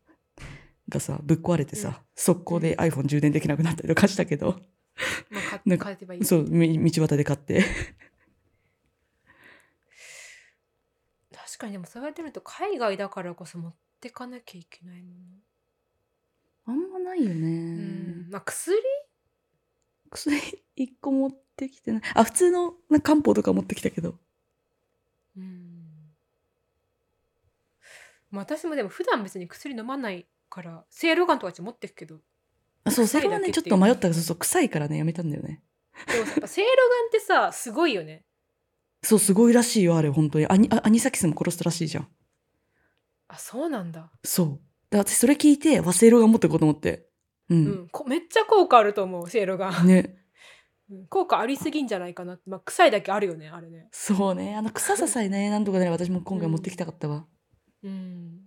Speaker 2: がさ、ぶっ壊れて
Speaker 3: うん
Speaker 2: さ、速攻で iPhone 充電できなくなったりとかしたけど、
Speaker 3: まあ
Speaker 2: な
Speaker 3: 買買え
Speaker 2: んか
Speaker 3: てばいい。
Speaker 2: そう、み道端で買って。
Speaker 3: 確かにでもそうやってみると海外だからこそ持ってかなきゃいけないも
Speaker 2: あんまないよ
Speaker 3: の。うん
Speaker 2: ね。
Speaker 3: まあ薬
Speaker 2: 薬一個持ってきてない。あ、普通のなんか漢方とか持ってきたけど。
Speaker 3: うん。まあ私もでも普段別に薬飲まないからセイロガンとかちょっと持ってくけど
Speaker 2: あそう、そ
Speaker 3: 臭い
Speaker 2: れは
Speaker 3: だけ
Speaker 2: ね、
Speaker 3: っ
Speaker 2: ち
Speaker 3: て
Speaker 2: ょ
Speaker 3: い
Speaker 2: っ
Speaker 3: う
Speaker 2: と迷ったから、そうそう、臭いからね、やめたんだよね。
Speaker 3: でもやっぱセイロガンってさすごいよね。
Speaker 2: そう、すごいらしいよ、あれ、本当に。アニアアニサキスも殺したらしいじゃん。
Speaker 3: あそうなんだ。
Speaker 2: そう。で私、それ聞いて、和製ロガン持ってこうと思って。う。
Speaker 3: うんん、こめっちゃ効果あると思うセイロガン、
Speaker 2: ね。
Speaker 3: うん効果ありすぎんじゃないかなって、まあ、臭いだけあるよねあれね
Speaker 2: そうね。あの、臭ささえ ね、なんとかね、私も今回
Speaker 3: うん
Speaker 2: 持ってきたかったわ。
Speaker 3: うん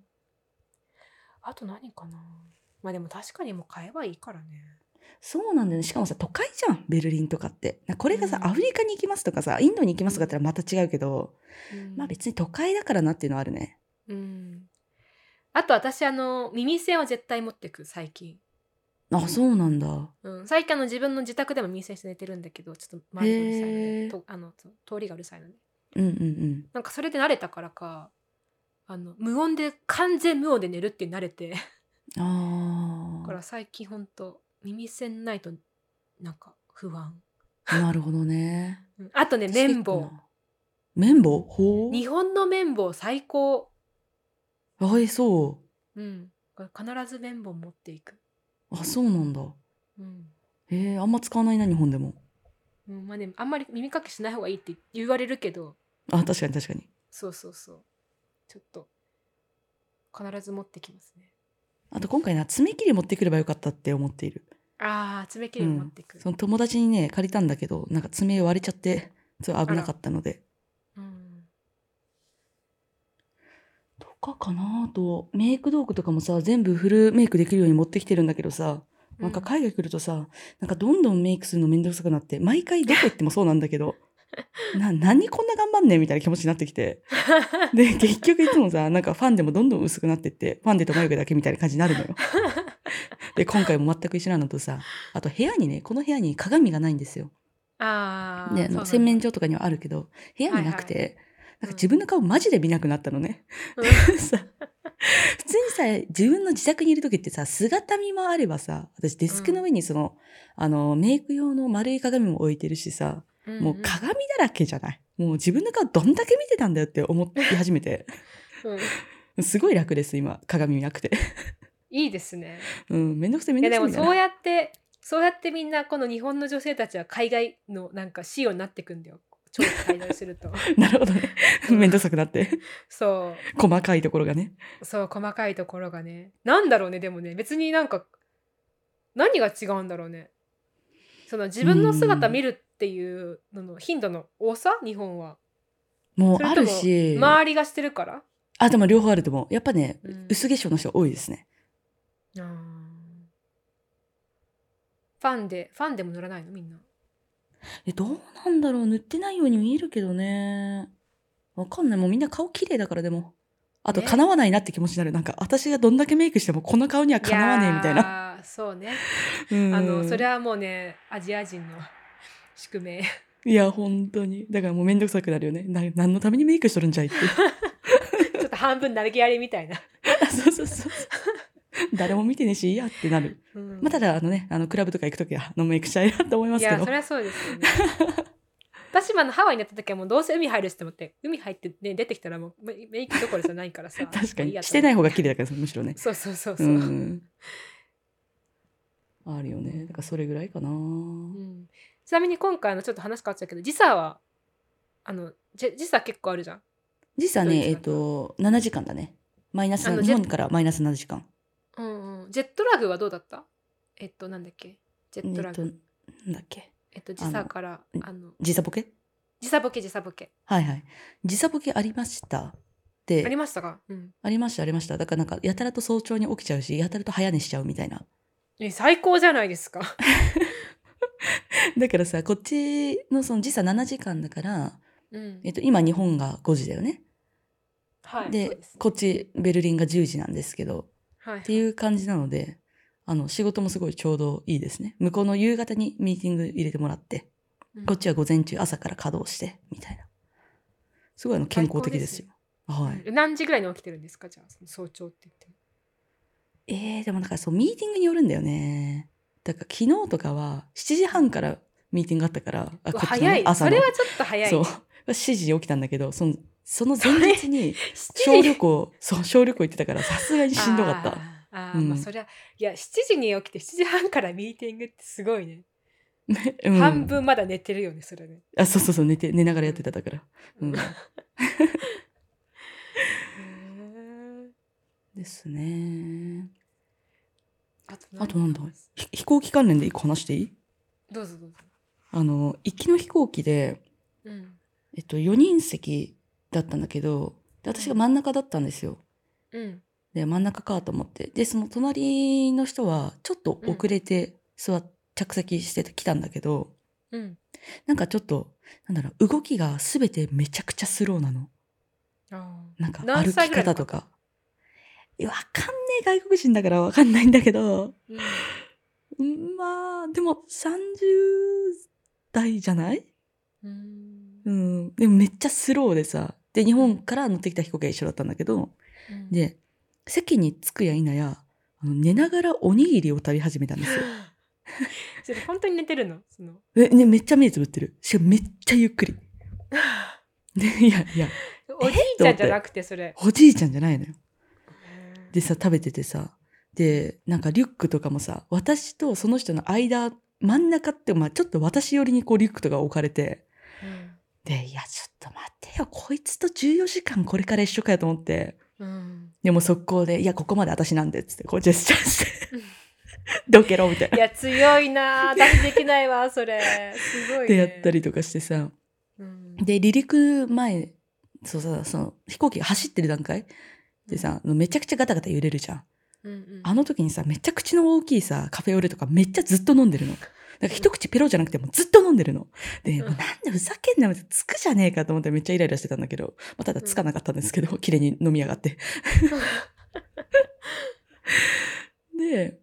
Speaker 3: あと何かなまあでも確かにもう買えばいいからね
Speaker 2: そうなんだよね。しかもさ、都会じゃん、ベルリンとかって。なこれがさ、
Speaker 3: うん
Speaker 2: アフリカに行きますとかさ、インドに行きますとかだったらまた違うけど、
Speaker 3: うん
Speaker 2: まあ別に都会だからなっていうのはあるね。
Speaker 3: うんあと私あの耳栓は絶対持ってく最近、
Speaker 2: あ、そうなんだ。
Speaker 3: うん、最近あの自分の自宅でも耳栓して寝てるんだけどちょっと周りがうるさいの
Speaker 2: へー
Speaker 3: でとあのそう通りがうるさいので
Speaker 2: うんうんうん。
Speaker 3: なんかそれで慣れたからかあの無音で完全無音で寝るって慣れてだか
Speaker 2: あ
Speaker 3: ら最近ほんと耳栓ないとなんか不安、
Speaker 2: あ。なるほどね。
Speaker 3: うんあとね綿
Speaker 2: 確
Speaker 3: 棒
Speaker 2: かにな。綿棒ほう。
Speaker 3: 日本の綿棒最高
Speaker 2: はい、そう。
Speaker 3: うんこれ必ず綿棒持っていく
Speaker 2: あ、そうなんだ。
Speaker 3: うん、
Speaker 2: えー、あんま使わないな、日本でも。
Speaker 3: うん、まあねあんまり耳かきしない方がいいって言われるけど
Speaker 2: あ、確かに確かに。
Speaker 3: そうそうそうちょっと必ず持ってきますね
Speaker 2: あと今回な、爪切り持ってくればよかったって思っている。
Speaker 3: あー爪切りも持っていく、
Speaker 2: その友達にね、借りたんだけど、なんか爪割れちゃって、それ危なかったので。
Speaker 3: うん
Speaker 2: とかかなあと、メイク道具とかもさ、全部フルメイクできるように持ってきてるんだけどさ、なんか
Speaker 3: うん
Speaker 2: 海外来るとさ、なんかどんどんメイクするのめんどくさくなって、毎回どこ行ってもそうなんだけど、な何こんな頑張んねんみたいな気持ちになってきてで結局いつもさなんかファンでもどんどん薄くなってってファンデと眉毛だけみたいな感じになるのよで今回も全く一緒なのとさあと部屋にねこの部屋に鏡がないんですよ
Speaker 3: ああ。
Speaker 2: で
Speaker 3: そ
Speaker 2: あ
Speaker 3: うなん
Speaker 2: の
Speaker 3: だ
Speaker 2: 洗面所とかにはあるけど部屋になくて、なんか自分の顔マジで見なくなったのね。
Speaker 3: うん
Speaker 2: さ普通にさ自分の自宅にいる時ってさ姿見もあればさ私デスクの上にその,、あのメイク用の丸い鏡も置いてるしさ
Speaker 3: うんうん
Speaker 2: もう鏡だらけじゃない。もう自分の顔どんだけ見てたんだよって思って始め て
Speaker 3: うん
Speaker 2: すごい楽です今鏡見なくて。
Speaker 3: いいですね。
Speaker 2: うんめんどくせえめん
Speaker 3: い
Speaker 2: ど
Speaker 3: や
Speaker 2: くせ
Speaker 3: で
Speaker 2: え
Speaker 3: もそう
Speaker 2: みたいな。
Speaker 3: やってそうやってみんなこの日本の女性たちは海外のなんか仕様になってくんだよ。超海外すると。
Speaker 2: なるほどね。 めんどくさくなって
Speaker 3: そ
Speaker 2: 細かいところがね。
Speaker 3: うそう細かいところがね。なんだろうねでもね別になんか何が違うんだろうね。その自分の姿見るっていうのの頻度の多さ日本は。
Speaker 2: もう
Speaker 3: それ
Speaker 2: あ
Speaker 3: と
Speaker 2: る
Speaker 3: も
Speaker 2: し。
Speaker 3: 周りがしてるから。
Speaker 2: あ、でも両方あると思う。やっぱね、
Speaker 3: うん
Speaker 2: 薄化粧の人多いですね。
Speaker 3: あーファンでファンでも乗らないのみんな。
Speaker 2: え、どうなんだろう塗ってないように見えるけどね。わかんない。もうみんな顔綺麗だからでも。あと、
Speaker 3: ね
Speaker 2: 叶わないなって気持ちになる。なんか、私がどんだけメイクしても、この顔には叶わねえみたいな。
Speaker 3: な。そうね。
Speaker 2: うん
Speaker 3: あのそれはもうねアジア人の宿命
Speaker 2: いや、本当に。だからもうめんどくさくなるよね。な何のためにメイクしとるんじ ゃいって。
Speaker 3: ちょっと半分なりきやりみたいな、
Speaker 2: そうそうそうそう。誰も見てねえし、いいやってなる。
Speaker 3: うん
Speaker 2: まあ、ただ、あのね、あの、クラブとか行くときは、あのメイクしたいなと思いま
Speaker 3: い
Speaker 2: すけ
Speaker 3: や
Speaker 2: ど
Speaker 3: そ。れはそうですよね私もあのハワイになった時はもうどうせ海入るしと思って海入って、ね、出てきたらもうメメイクどころじゃないからさ
Speaker 2: 確か
Speaker 3: もういい
Speaker 2: に。
Speaker 3: やと思って
Speaker 2: してない方が綺麗だからさ、むしろね。
Speaker 3: そうそうそうそう、うん
Speaker 2: ん、あるよねだからそれぐらいかな、
Speaker 3: ちなみに今回のちょっと話変わっちゃうけど時差はあのじ時差結構あるじゃん
Speaker 2: 時差
Speaker 3: どういう
Speaker 2: ね
Speaker 3: 時
Speaker 2: え
Speaker 3: 間
Speaker 2: っ、と7時間だねマイナス
Speaker 3: あの
Speaker 2: 日本からマイナス7時間
Speaker 3: うん、うん、ジェットラグはどうだったえっとなんだっけジェ
Speaker 2: えっ
Speaker 3: ッ
Speaker 2: と
Speaker 3: ト
Speaker 2: な
Speaker 3: ラ
Speaker 2: んだ
Speaker 3: グ
Speaker 2: っけ
Speaker 3: えっと時差から
Speaker 2: うん
Speaker 3: あの
Speaker 2: 時差ボケ
Speaker 3: 時差ボケ時差ボケ
Speaker 2: はいはい時差ボケありましたで
Speaker 3: あ
Speaker 2: あ
Speaker 3: り
Speaker 2: り
Speaker 3: ましたかうん
Speaker 2: ましたありましただからなんかやたらと早朝に起きちゃうしやたらと早寝しちゃうみたいな
Speaker 3: え最高じゃないですか。
Speaker 2: だからさこっちのその時差7時間だから、
Speaker 3: うん
Speaker 2: えっと、今日本が5時だよね、
Speaker 3: はい。そう
Speaker 2: で
Speaker 3: です
Speaker 2: こっちベルリンが10時なんですけど
Speaker 3: はい
Speaker 2: っていう感じなので、あの、仕事もすごいちょうどいいですね。向こうの夕方にミーティング入れてもらって、
Speaker 3: うん
Speaker 2: こっちは午前中朝から稼働して、みたいな。すごいあの健康的ですよ。はい。
Speaker 3: 何時ぐらいに起きてるんですかじゃあその早朝って言っても。
Speaker 2: えー、でもなんかそう、ミーティングによるんだよね。だから昨日とかは7時半からミーティングがあったから、あ
Speaker 3: うわ
Speaker 2: こっちのね
Speaker 3: 早い。そ
Speaker 2: の
Speaker 3: れはちょっと早い。
Speaker 2: そう。7時 に起きたんだけど、その、その 前日に小
Speaker 3: 7時
Speaker 2: 旅行、そう、小旅行行ってたからさすがにしんどかった。
Speaker 3: あーあー、
Speaker 2: うん
Speaker 3: まあそりゃいや7時に起きて7時半からミーティングってすごいね。
Speaker 2: うん
Speaker 3: 半分まだ寝てるよねそれね。
Speaker 2: あ、そうそうそう、寝て、寝ながらやってただから。うん。
Speaker 3: へー
Speaker 2: ですね。
Speaker 3: あと
Speaker 2: あとなんだ
Speaker 3: 話
Speaker 2: ひ飛行機関連で一個話していい
Speaker 3: どうぞどうぞ。
Speaker 2: あの、行きの飛行機で、
Speaker 3: うん
Speaker 2: えっと、4人席だったんだけど、で私が真ん中だったんですよ。
Speaker 3: うん
Speaker 2: で、真ん中かと思って。で、その隣の人は、ちょっと遅れて座っ、着席してきたんだけど、
Speaker 3: うん。
Speaker 2: なんかちょっと、なんだろう、動きがすべてめちゃくちゃスローなの。
Speaker 3: あー
Speaker 2: なんか
Speaker 3: 何
Speaker 2: 歩
Speaker 3: 歳
Speaker 2: き
Speaker 3: ぐらいの
Speaker 2: 方とか。いやわかんねえ外国人だからわかんないんだけど、
Speaker 3: うん
Speaker 2: うんまあ、でも30代じゃない
Speaker 3: うん
Speaker 2: うん。でもめっちゃスローでさ。で、日本から乗ってきた飛行機が一緒だったんだけど、
Speaker 3: うん
Speaker 2: で、席に着くや否や、あの寝ながらおにぎりを食べ始めたんですよ。
Speaker 3: それ本当に寝てるのその。
Speaker 2: えね、めっちゃ目つぶってる。しかもめっちゃゆっくり。で、いやいや、
Speaker 3: おじいちゃんじゃなくてそれ。
Speaker 2: おじいちゃんじゃないのよ。でさ、食べててさ。で、なんかリュックとかもさ、私とその人の間、真ん中って、まあちょっと私寄りにこうリュックとか置かれて、で、いや、ちょっと待ってよ、こいつと14時間これから一緒かよと思って。
Speaker 3: うんうん
Speaker 2: でも速攻で、いや、ここまで私なんで、っつって、こうジェスチャーして、どけろ、みたい
Speaker 3: い
Speaker 2: な。
Speaker 3: や強いなあ 私できないわそれすごい、
Speaker 2: で、
Speaker 3: ね、
Speaker 2: やったりとかしてさ。
Speaker 3: うん、
Speaker 2: で、離陸前、そうさ、その、飛行機が走ってる段階でさ、めちゃくちゃガタガタ揺れるじゃん。
Speaker 3: うんうん
Speaker 2: あの時にさ、めっちゃ口の大きいさ、カフェオレとかめっちゃずっと飲んでるの。だから一口ペロじゃなくてもずっと飲んでるの。で、もうなんでふざけんなよってつくじゃねえかと思ってめっちゃイライラしてたんだけど、まあ、ただつかなかったんですけど、綺麗に飲みやがって。で、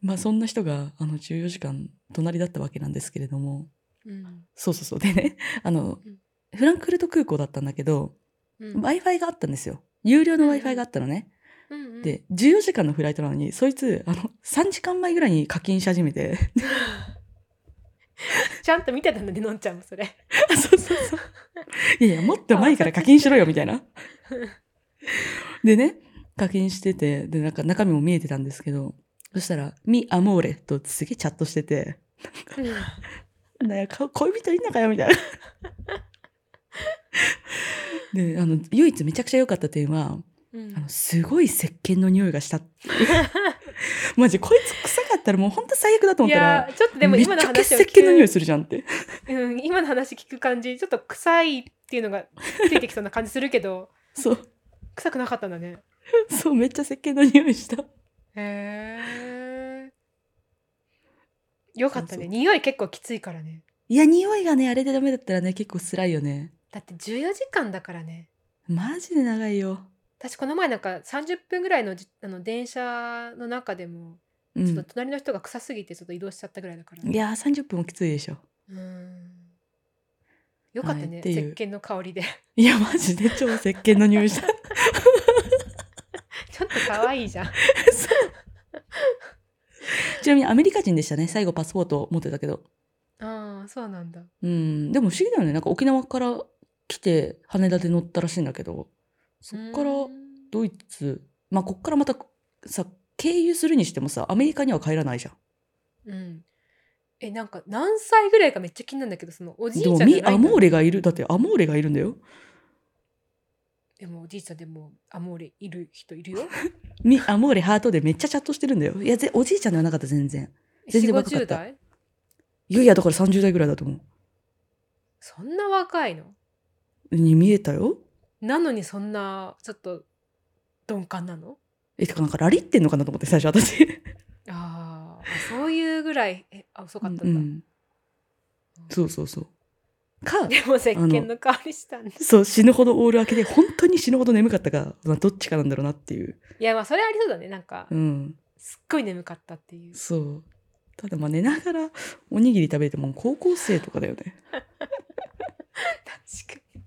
Speaker 2: まあそんな人があの14時間隣だったわけなんですけれども、
Speaker 3: うん
Speaker 2: そうそうそう。でね、あの
Speaker 3: うん、
Speaker 2: フランクフルト空港だったんだけど、
Speaker 3: うん
Speaker 2: Wi-Fi があったんですよ。有料の
Speaker 3: うんうん
Speaker 2: Wi-Fi があったのね。
Speaker 3: うんうん
Speaker 2: で、14時間のフライトなのに、そいつ、あの、3時間前ぐらいに課金し始めて、
Speaker 3: ちゃんと見てたんだねのんちゃんもそれ
Speaker 2: あそうそうそう。いやいや、もっと前から課金しろよ、みたいな。でね、課金してて、で、なんか中身も見えてたんですけど、そしたら、ミ・アモーレとすげえチャットしてて、なんだよ、か恋人いんのかよ、みたいな。で、あの、唯一めちゃくちゃ良かった点は、
Speaker 3: うん
Speaker 2: あの、すごい石鹸の匂い がしたっていう。マジ、こいつ臭かったらもうほんと最悪だと
Speaker 3: い
Speaker 2: 思ったら
Speaker 3: や、ちょっとでも今の
Speaker 2: めっち
Speaker 3: 話
Speaker 2: ゃ
Speaker 3: を
Speaker 2: 石鹸の匂い
Speaker 3: 聞
Speaker 2: するじゃんって。
Speaker 3: く、うん、今の話聞く感じちょっと臭いっていうのがついてきそうな感じするけど
Speaker 2: そう、
Speaker 3: 臭くなかったんだね
Speaker 2: そう、めっちゃ石鹸の匂いした。
Speaker 3: へえよかった
Speaker 2: そう
Speaker 3: ね
Speaker 2: そう
Speaker 3: 匂い結構きついからね
Speaker 2: いや、匂いがね、あれでダメだったらね、結構辛いよね。
Speaker 3: だって14時間だからね
Speaker 2: マジで長いよ。
Speaker 3: 私この前なんか30分ぐらいのじあの電車の中でも
Speaker 2: う
Speaker 3: ちょっと
Speaker 2: ん。
Speaker 3: 隣の人が臭すぎてちょっと移動しちゃったぐらいだから、
Speaker 2: いやー、30分もきついでしょ。
Speaker 3: うんよかった
Speaker 2: はい
Speaker 3: ね、
Speaker 2: っていう
Speaker 3: 石鹸の香りで
Speaker 2: いや、マジで超石鹸の匂いした。
Speaker 3: ちょっと可愛いじゃん
Speaker 2: ちなみにアメリカ人でしたね。最後パスポート持ってたけど。
Speaker 3: ああそうなんだ
Speaker 2: うん。でも不思議だよね。なんか沖縄から来て、羽田で乗ったらしいんだけど、そっから
Speaker 3: うん
Speaker 2: ドイツ、まあ、こっからまたさ、経由するにしてもさ、アメリカには帰らないじゃん。
Speaker 3: うんえなんか何歳ぐらいかめっちゃ気になるんだけどそのおじいち
Speaker 2: で
Speaker 3: ゃん
Speaker 2: も、
Speaker 3: が
Speaker 2: ミ・アモー
Speaker 3: レ
Speaker 2: レがいる。だって、アモーレがいるんだよ。
Speaker 3: でもおじいちゃんでもアモーレいる人いるよ
Speaker 2: ミ・アモーレハートでめっちゃチャットしてるんだよ。いや、ぜおじいちゃんではなかった、全然。 全然
Speaker 3: 4 5
Speaker 2: 若かっ
Speaker 3: 0
Speaker 2: た
Speaker 3: 代
Speaker 2: いやいや、だから30代ぐらいだと思
Speaker 3: そんな若いの
Speaker 2: う。に見えたよ。
Speaker 3: なのにそんなちょっと鈍感なの
Speaker 2: え、てかなんかラリってんのかなと思って、最初私。
Speaker 3: あーあそういうぐらいえあ遅かったんだ、
Speaker 2: うん。そうそうそう。か、
Speaker 3: でも石鹸の香りしたんだ
Speaker 2: そう、死ぬほどオール開けて、本当に死ぬほど眠かったか、まあ、どっちかなんだろうなっていう。
Speaker 3: いやまあそれありそうだねなんか
Speaker 2: うん。
Speaker 3: すっごい眠かったっていう
Speaker 2: そう。ただまあ寝ながらおにぎり食べても高校生とかだよね。
Speaker 3: 確かに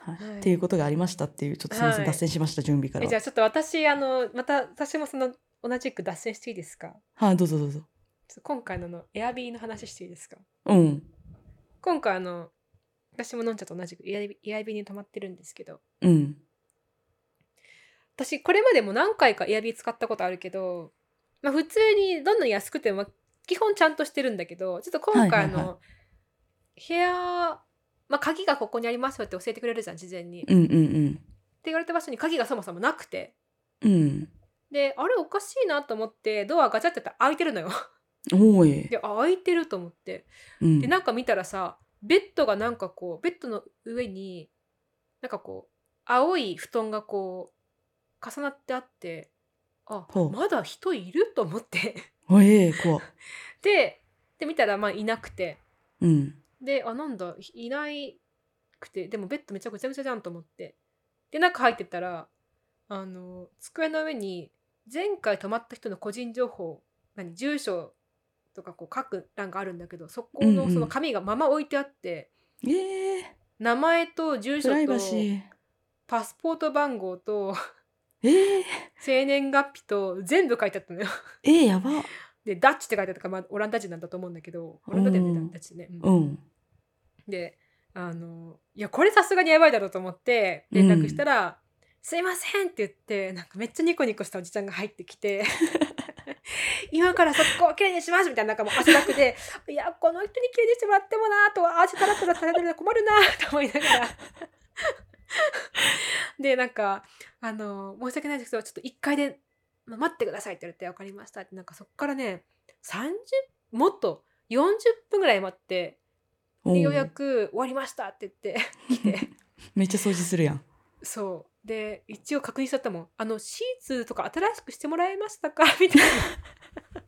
Speaker 2: はい
Speaker 3: はい
Speaker 2: っていうことがありましたっていう、ちょっとすみません、
Speaker 3: はい
Speaker 2: 脱線しました、準備から
Speaker 3: えじゃあ
Speaker 2: は。
Speaker 3: ちょっと私あのまた私もその同じく脱線していいですか
Speaker 2: はい、どうぞどうぞ。
Speaker 3: ちょっと今回のあのエアビーの話していいですか
Speaker 2: うん。
Speaker 3: 今回あの私ものんちゃんと同じくエアビーエアビーに泊まってるんですけど
Speaker 2: うん。
Speaker 3: 私これまでも何回かエアビー使ったことあるけど、まあ、普通にどんどん安くても基本ちゃんとしてるんだけどちょっと今回あの、
Speaker 2: はいはい
Speaker 3: 部屋、まあ、鍵がここにありますよって教えてくれるじゃん事前に。って
Speaker 2: うんうん
Speaker 3: 言われた場所に鍵がそもそもなくて
Speaker 2: うん。うん。
Speaker 3: であれおかしいなと思ってドアガチャってやったら開いてるのよ。
Speaker 2: おーい。
Speaker 3: であ開いてると思って
Speaker 2: うん
Speaker 3: でなんか見たらさベッドがなんかこうベッドの上になんかこう青い布団がこう重なってあってあ
Speaker 2: ほう
Speaker 3: まだ人いると思って
Speaker 2: おええ怖っ
Speaker 3: でで見たらまあいなくて
Speaker 2: うん。
Speaker 3: であなんだいいないくてでもベッドめちゃくちゃぐちゃじゃんと思ってで中入ってったらあの机の上に前回泊まった人の個人情報何住所とかこう書く欄があるんだけどそこ
Speaker 2: うんう
Speaker 3: の
Speaker 2: ん
Speaker 3: その紙がまま置いてあって。
Speaker 2: ええ
Speaker 3: 名前と住
Speaker 2: プ
Speaker 3: 所
Speaker 2: ライ
Speaker 3: と
Speaker 2: バシー。
Speaker 3: パスポート番号と
Speaker 2: ええ
Speaker 3: 生年月日と全部書いてあったのよ。
Speaker 2: ええやば。
Speaker 3: でダッチって書いてあったから、まあ、オランダ人なんだと思うんだけどオランダ人だったダッチね。うん
Speaker 2: うん。
Speaker 3: であのいやこれさすがにやばいだろうと思って連絡したら「すいません」って言ってなんかめっちゃニコニコしたおじちゃんが入ってきて 「今から速攻きれいにします」みたいななんかもう汗だくで「いやこの人にきれいにしてもらってもな」とは汗だらだらされてるの困るなと思いながら。でなんかあの申し訳ないですけどちょっと1階でま待ってくださいって言われて「分かりました」ってなんかそっからね30もっと40分ぐらい待って
Speaker 2: お
Speaker 3: で
Speaker 2: う
Speaker 3: ようやく終わりましたって言って 来て
Speaker 2: めっちゃ掃除するやん。
Speaker 3: そうで一応確認しちゃったもんあのシーツとか新しくしてもらえましたか みたいな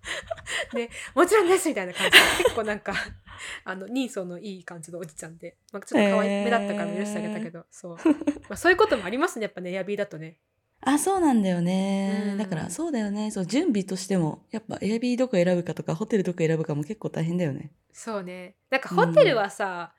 Speaker 3: でもちろんですみたいな感じで結構なんか あの人相のいい感じのおじちゃんで、まあ、ちょっと可愛い目だったから許してあげたけど、そう、まあ、そういうこともありますねやっぱねエアビーだとね
Speaker 2: あそうなんだよね、
Speaker 3: うん
Speaker 2: だからそうだよねそう準備としてもやっぱ Airbnb どこ選ぶかとかホテルどこ選ぶかも結構大変だよね
Speaker 3: そうねなんかホテルはさ、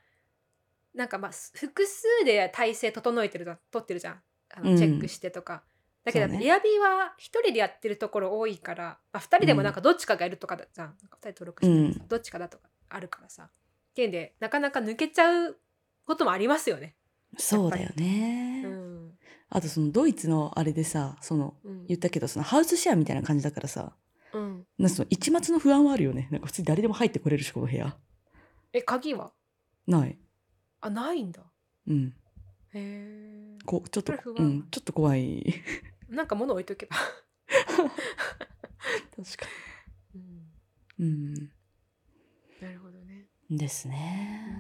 Speaker 3: なんかまあす複数で体制整えてると取ってるじゃんあ
Speaker 2: う
Speaker 3: の
Speaker 2: ん
Speaker 3: チェックしてとか、だけど
Speaker 2: そうね
Speaker 3: エアビーは一人でやってるところ多いから、まあ、2人でもなんかどっちかがいるとかだじゃんなんか2人登録してる
Speaker 2: う
Speaker 3: どっちかだとかあるからさけんでなかなか抜けちゃうこともありますよね。
Speaker 2: そうだよね、
Speaker 3: うん
Speaker 2: あとそのドイツのあれでさその
Speaker 3: うん
Speaker 2: 言ったけどそのハウスシェアみたいな感じだからさ
Speaker 3: うん、
Speaker 2: なんかその一末の不安はあるよねなんか普通に誰でも入ってこれるしこの部屋
Speaker 3: え鍵は
Speaker 2: ない
Speaker 3: あないんだ。
Speaker 2: うん
Speaker 3: へえ。
Speaker 2: こうちょっと
Speaker 3: これ不
Speaker 2: う
Speaker 3: 安
Speaker 2: んちょっと怖い
Speaker 3: なんか物置いとけば。
Speaker 2: 確か
Speaker 3: うん、
Speaker 2: に うん
Speaker 3: なるほどね。
Speaker 2: です
Speaker 3: う
Speaker 2: ね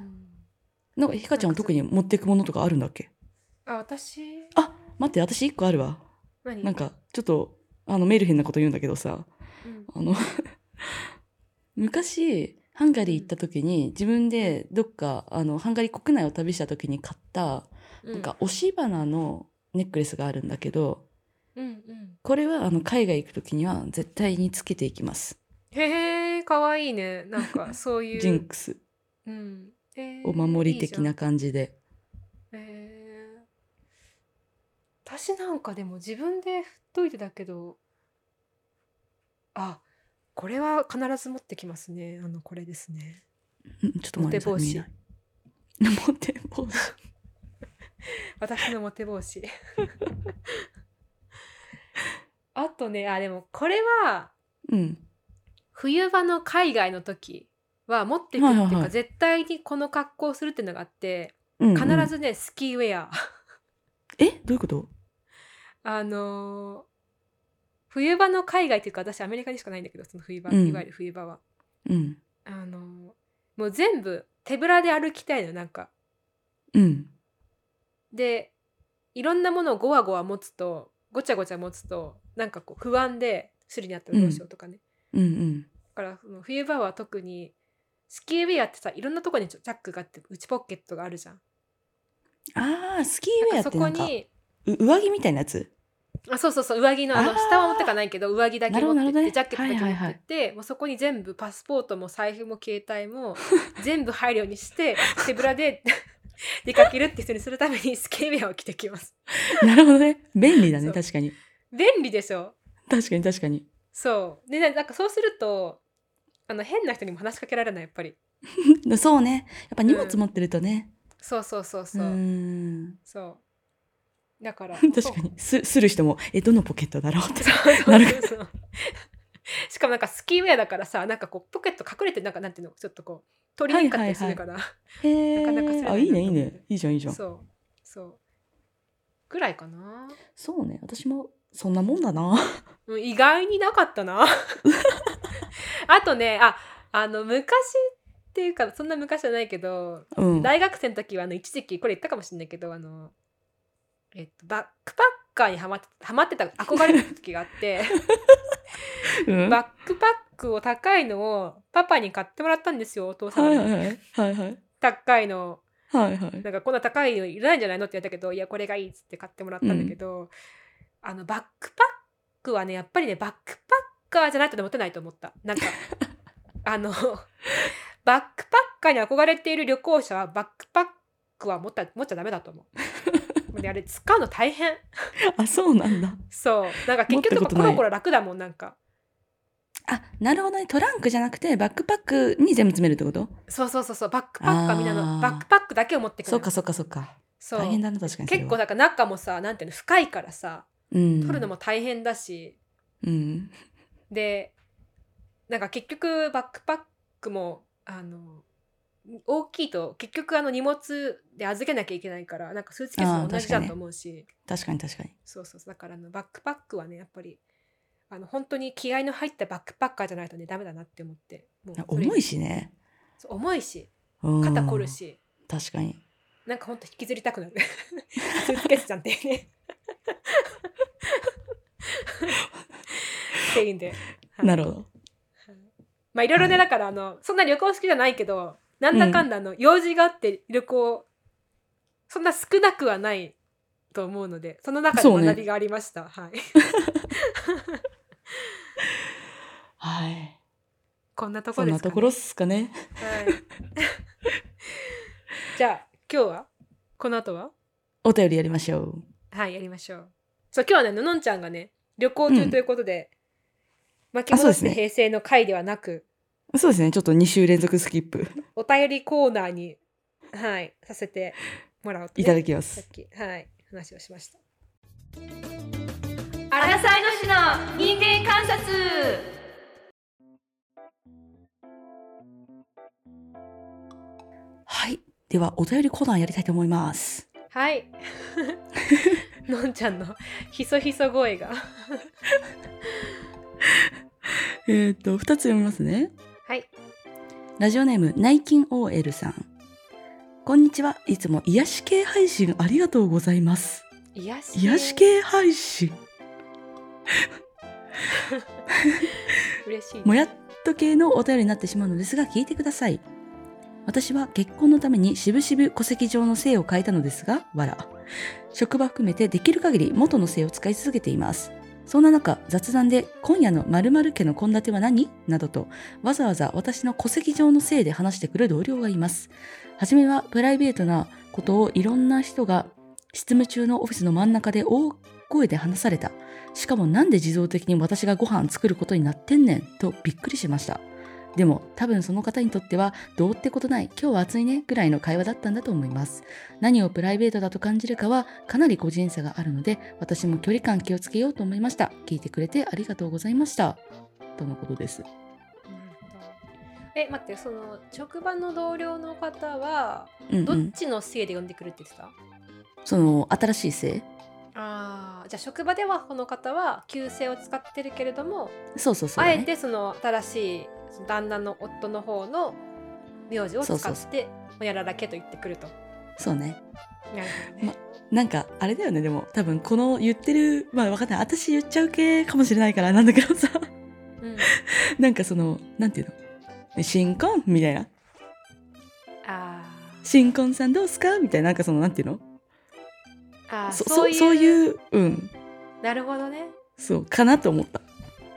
Speaker 3: ん
Speaker 2: なんかひかちゃんは特に持っていくものとかあるんだっけ
Speaker 3: あ私
Speaker 2: あ待って私一個あるわ
Speaker 3: 何
Speaker 2: なんかちょっとあのメール変なこと言うんだけどさ
Speaker 3: うん
Speaker 2: あの 昔ハンガリー行った時に自分でどっかあのハンガリー国内を旅した時に買った
Speaker 3: う
Speaker 2: なんか押し花のネックレスがあるんだけど
Speaker 3: うんうん
Speaker 2: これはあの海外行く時には絶対につけていきます
Speaker 3: へえかわいいねなんかそういう
Speaker 2: ジンクス
Speaker 3: うん、へー
Speaker 2: お守り的
Speaker 3: い
Speaker 2: ない感じで
Speaker 3: じゃんへー私なんかでも自分で振っといてだけどあこれは必ず持ってきますねあのこれですね
Speaker 2: うんちょっと待って
Speaker 3: モテ帽子
Speaker 2: 見えない モテ帽子
Speaker 3: 私のモテ帽子 あとねあでもこれは
Speaker 2: うん
Speaker 3: 冬場の海外の時は持ってくっていうか、
Speaker 2: はいはいはい
Speaker 3: 絶対にこの格好をするっていうのがあって
Speaker 2: うんうん
Speaker 3: 必ずね、スキーウェア
Speaker 2: えどういうこと
Speaker 3: あのー冬場の海外っていうか私アメリカにしかないんだけどその冬場、
Speaker 2: うん
Speaker 3: いわゆる冬場は
Speaker 2: うん
Speaker 3: あのーもう全部手ぶらで歩きたいのよなんか
Speaker 2: うん
Speaker 3: でいろんなものをゴワゴワ持つとごちゃごちゃ持つとなんかこう不安でスリにあったらどうしようとかね、
Speaker 2: うんうん
Speaker 3: だからその冬場は特にスキーウェアってさいろんなとこにちょジャックがあって内ポケットがあるじゃん。
Speaker 2: あースキーウェ
Speaker 3: なん
Speaker 2: アっ
Speaker 3: かそ
Speaker 2: てな
Speaker 3: こ
Speaker 2: んか
Speaker 3: に
Speaker 2: う上着みたいなやつ
Speaker 3: あそうそうそう上着のあの
Speaker 2: あー
Speaker 3: 下は持ってかないけど上着だけ持って
Speaker 2: なるほ
Speaker 3: っ
Speaker 2: ど
Speaker 3: て、
Speaker 2: ね
Speaker 3: ジャケットだけ持ってって、
Speaker 2: はいはい
Speaker 3: もうそこに全部パスポートも財布も携帯 も全部入るようにして手ぶらで 出かけるって人にするためにスキーウェアを着てきます
Speaker 2: なるほどね便利だ
Speaker 3: そ
Speaker 2: ね
Speaker 3: う
Speaker 2: 確かに
Speaker 3: 便利でしょ
Speaker 2: 確かに確かに
Speaker 3: そうでななんかそうするとあの変な人にも話しかけられないやっぱり
Speaker 2: でそうねやっぱ荷物持ってるとね
Speaker 3: そうそうそう
Speaker 2: う
Speaker 3: そう、
Speaker 2: ーん
Speaker 3: そうだから
Speaker 2: 確かにすする人もえどのポケットだろうって
Speaker 3: そうそ
Speaker 2: な
Speaker 3: う
Speaker 2: る
Speaker 3: そうそう。 しかもなんかスキーウェアだからさなんかこうポケット隠れてなんかなんていうのちょっとこう取りにくかったりするから、
Speaker 2: へ
Speaker 3: なかなかそれ
Speaker 2: え
Speaker 3: は
Speaker 2: あいいねいいねいいじゃんいいじゃんそう
Speaker 3: そうそうぐらいかな、
Speaker 2: ね私もそんなもんだな
Speaker 3: うん、意外になかったなあとねああの昔っていうかそんな昔じゃないけど
Speaker 2: うん
Speaker 3: 大学生の時はあの一時期これ言ったかもしれないけどあのえっとバックパッカーにはまってはまってた憧れてた時があって
Speaker 2: うん
Speaker 3: バックパックを高いのをパパに買ってもらったんですよお父さん
Speaker 2: はい
Speaker 3: に、
Speaker 2: はいはいはいはい
Speaker 3: 高いの
Speaker 2: はいはい
Speaker 3: なんかこんな高いのいらないんじゃないのって言ったけどいやこれがいいっつって買ってもらったんだけど、あのバックパックはねやっぱりねバックパッカーじゃないとね持てないと思ったなんかあのバックパッカーに憧れている旅行者はバックパックは持った持っちゃダメだと思うもうねあれ使うの大変
Speaker 2: あそうなんだ
Speaker 3: そうなんか結
Speaker 2: 持った
Speaker 3: 局
Speaker 2: こと
Speaker 3: コ
Speaker 2: ない
Speaker 3: ロコロ楽だもんなんか
Speaker 2: あなるほどねトランクじゃなくてバックパックに全部詰めるってこと
Speaker 3: そうそうそうそうバックパッカーみんな
Speaker 2: あ
Speaker 3: の
Speaker 2: ー
Speaker 3: バックパックだけを持ってく
Speaker 2: そ
Speaker 3: の
Speaker 2: う
Speaker 3: よ
Speaker 2: かそうかそうか
Speaker 3: そう
Speaker 2: 大変だな確かにそれ
Speaker 3: 結
Speaker 2: は
Speaker 3: 構だから中もさなんていうの深いからさ
Speaker 2: うん
Speaker 3: 取るのも大変だし、
Speaker 2: うん
Speaker 3: でなんか結局バックパックもあの大きいと結局あの荷物で預けなきゃいけないからなんかスーツケースも同じだと思うし、
Speaker 2: 確かに確かに
Speaker 3: そうそうそうだからあのバックパックはねやっぱりあの本当に気合の入ったバックパッカーじゃないとねダメだなって思ってもう
Speaker 2: あ
Speaker 3: それ
Speaker 2: 重いしね
Speaker 3: そう重いし
Speaker 2: うん
Speaker 3: 肩凝るし、
Speaker 2: 確かに
Speaker 3: なんかほんと引きずりたくなるスーツケースじゃんってねっていうんで。はい
Speaker 2: なるほど。
Speaker 3: まあいろいろね、だからあのそんな旅行好きじゃないけどなんだかんだあの、用事があって旅行そんな少なくはないと思うのでその中で
Speaker 2: そうね
Speaker 3: 学びがありました、はい
Speaker 2: はい。
Speaker 3: こんなとこ
Speaker 2: そ
Speaker 3: ろ
Speaker 2: ん
Speaker 3: で
Speaker 2: な
Speaker 3: すか、
Speaker 2: と
Speaker 3: ね、
Speaker 2: ころっすかね。
Speaker 3: はいじゃあ今日はこの後は
Speaker 2: お便りやりましょう。
Speaker 3: はいやりましょうそう今日はねののんちゃんがね旅行中ということで、巻き
Speaker 2: あそう
Speaker 3: 戻
Speaker 2: で
Speaker 3: し
Speaker 2: す
Speaker 3: て
Speaker 2: ね
Speaker 3: 平成の回ではなく、
Speaker 2: そうですね。ちょっと2週連続スキップ
Speaker 3: お便りコーナーにはいさせてもらおうとね、
Speaker 2: いただきま
Speaker 3: さっ
Speaker 2: す。
Speaker 3: きはい話をしました。アラサイの市の人間観察。
Speaker 2: はい。では、お便りコーナーやりたいと思います。
Speaker 3: はい。 のんちゃんの ひそひそ声が。
Speaker 2: えーっと、2つ読みますね。
Speaker 3: はい。
Speaker 2: ラジオネーム、ナイキン OL さん。こんにちは。いつも癒し系配信ありがとうございます。
Speaker 3: 癒し。
Speaker 2: 癒し。系配信
Speaker 3: 嬉しい。
Speaker 2: もやっと系のお便りになってしまうのですが、聞いてください。私は結婚のためにしぶしぶ戸籍上の姓を変えたのですが、わら。職場含めてできる限り元の姓を使い続けています。そんな中、雑談で今夜の〇〇家の献立は何などと、わざわざ私の戸籍上の姓で話してくる同僚がいます。はじめはプライベートなことをいろんな人が執務中のオフィスの真ん中で大声で話された。しかもなんで自動的に私がご飯作ることになってんねんとびっくりしました。でも多分その方にとってはどうってことない今日は暑いねぐらいの会話だったんだと思います。何をプライベートだと感じるかはかなり個人差があるので私も距離感気をつけようと思いました。聞いてくれてありがとうございました。とのことです。
Speaker 3: うんえ、待って、その職場の同僚の方は、
Speaker 2: うん、う
Speaker 3: どっ
Speaker 2: ん。
Speaker 3: ちの姓で呼んでくるって言ってた。
Speaker 2: その新しい性
Speaker 3: ああ、じゃあ職場ではこの方は旧姓を使ってるけれども、
Speaker 2: そうそうそう、
Speaker 3: あ
Speaker 2: ね。
Speaker 3: えてその新しいその旦那の夫の方の名字を使
Speaker 2: そうそう
Speaker 3: っ
Speaker 2: そ
Speaker 3: てほやららけと言ってくると。
Speaker 2: そうね。
Speaker 3: なるほどね。
Speaker 2: なんかあれだよねでも多分この言ってるまあわかんない私言っちゃう系かもしれないからなんだけどさ。
Speaker 3: うん、
Speaker 2: なんかその、なんていうの新婚みたいな。
Speaker 3: あ
Speaker 2: 新婚さんどうすかみたいな、なんかその、なんていうの
Speaker 3: ーあー
Speaker 2: そ
Speaker 3: そう
Speaker 2: そう
Speaker 3: いう
Speaker 2: そういう、うん。
Speaker 3: なるほどね。
Speaker 2: そう、かなと思った。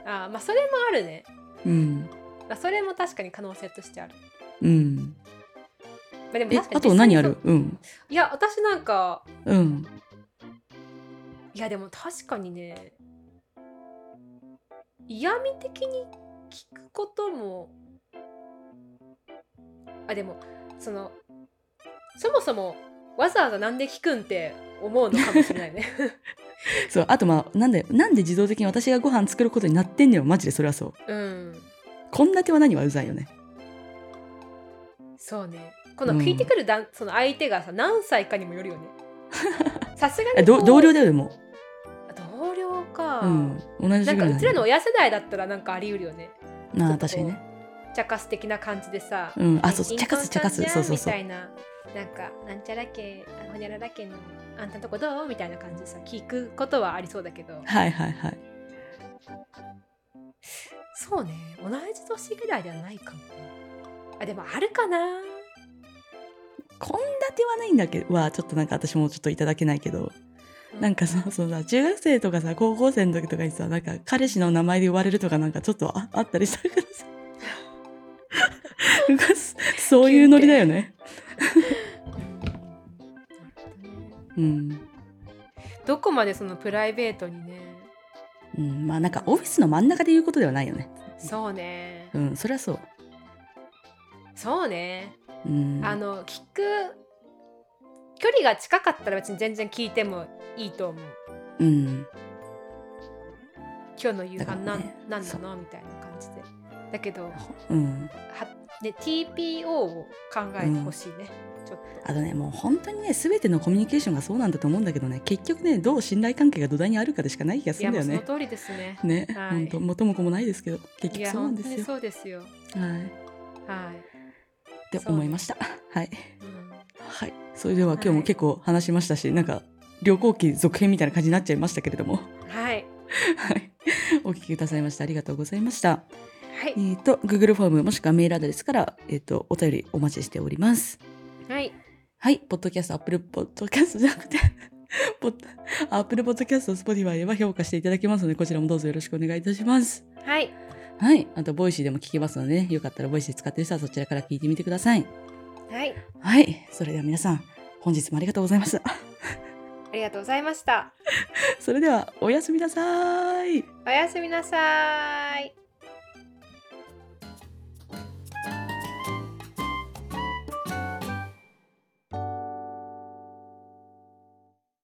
Speaker 3: あーまあそれもあるね。
Speaker 2: うん。
Speaker 3: あそれも確かに可能性としてある。
Speaker 2: うん。
Speaker 3: まあ、でも
Speaker 2: え、
Speaker 3: 確かに
Speaker 2: あと何あ
Speaker 3: 実
Speaker 2: る
Speaker 3: 際そう
Speaker 2: うん。
Speaker 3: いや私なんか
Speaker 2: うん。
Speaker 3: いやでも確かにね嫌味的に聞くこともあでもそのそもそもわざわざなんで聞くんって思うのかもしれないね
Speaker 2: そう、あとまあ、なんで、なんで自動的に私がご飯作ることになってんねんよ。マジでそれはそう。
Speaker 3: うん
Speaker 2: 献立は何はうざいよね。
Speaker 3: そうねこの聞いてくるだん、その相手がさ何歳かにもよる よねさすが
Speaker 2: え
Speaker 3: にこ
Speaker 2: ど
Speaker 3: う
Speaker 2: 同僚だよ、でも。
Speaker 3: 同僚か、
Speaker 2: うん。同じぐら
Speaker 3: ないん
Speaker 2: だ
Speaker 3: か
Speaker 2: よ。
Speaker 3: うちらの親世代だったらなんかあり得るよね
Speaker 2: なあ、確かにね。
Speaker 3: 茶化す的な感じでさ、
Speaker 2: うん。あ、そう、
Speaker 3: 新
Speaker 2: 茶
Speaker 3: 婚
Speaker 2: 化
Speaker 3: さん
Speaker 2: す、茶化す。
Speaker 3: じゃん
Speaker 2: そうそうそ
Speaker 3: み
Speaker 2: う。
Speaker 3: たいな、なんか、なんちゃらけ、あほにゃららけの、あんたんとこどうみたいな感じでさ、聞くことはありそうだけど、
Speaker 2: はいはいはい。
Speaker 3: そうね、同じ年ぐらいではないかもね。あ、でもあるかな。
Speaker 2: 献立はないんだけどはちょっとなんか私もちょっといただけないけど、なんかさそのさ中学生とかさ高校生の時とかにさなんか彼氏の名前で呼ばれるとかなんかちょっとああったりしたから さなんかそそういうノリだよね。 うん、
Speaker 3: どこまでそのプライベートにね、
Speaker 2: うん、まあなんかオフィスの真ん中で言うことではないよね。
Speaker 3: そうね
Speaker 2: う、んそれはそう。
Speaker 3: そうね、
Speaker 2: うん、
Speaker 3: あの、聞く、距離が近かったら別に全然聞いてもいいと思う。
Speaker 2: うん、
Speaker 3: 今日の夕飯なん,、
Speaker 2: だからね
Speaker 3: なんな
Speaker 2: そう
Speaker 3: のみたいな感じで。だけど、
Speaker 2: うん、
Speaker 3: はね、TPO を考えてほしいね、ちょっ
Speaker 2: あとねもう本当にね全てのコミュニケーションがそうなんだと思うんだけどね結局ねどう信頼関係が土台にあるかでしかない気が
Speaker 3: と
Speaker 2: す
Speaker 3: い
Speaker 2: る
Speaker 3: や
Speaker 2: んだ
Speaker 3: もう
Speaker 2: よ
Speaker 3: その。通
Speaker 2: ね
Speaker 3: りです ね
Speaker 2: ね、
Speaker 3: はい
Speaker 2: 本当元も子もないですけど結
Speaker 3: い
Speaker 2: 局
Speaker 3: や
Speaker 2: そうな
Speaker 3: 本
Speaker 2: ん
Speaker 3: 当
Speaker 2: です
Speaker 3: に
Speaker 2: よ。
Speaker 3: そうですよ
Speaker 2: はい、っ
Speaker 3: はい、
Speaker 2: て思いました。はい、
Speaker 3: うん、
Speaker 2: はい、それでは今日も結構話しましたし、なんか旅行記続編みたいな感じになっちゃいましたけれども、
Speaker 3: はい
Speaker 2: はい、お聞きくださいましてありがとうございました。
Speaker 3: はい、
Speaker 2: えっ、と、Google フォームもしくはメールアドレスから、えっ、と、お便りお待ちしております。
Speaker 3: はい、
Speaker 2: はい、ポッドキャスト、アップルポッドキャストじゃなくて、 ポッドアップルポッドキャスト、スポティファイでは評価していただけますので、こちらもどうぞよろしくお願いいたします。
Speaker 3: はい、
Speaker 2: はい、あと、ボイシーでも聞けますので、ね、よかったらボイシー使ってる人はそちらから聞いてみてください。
Speaker 3: はい、
Speaker 2: はい、それでは皆さん、本日もありがとうございました。
Speaker 3: ありがとうございました。
Speaker 2: それでは、おやすみなさーい。
Speaker 3: おやすみなさーい。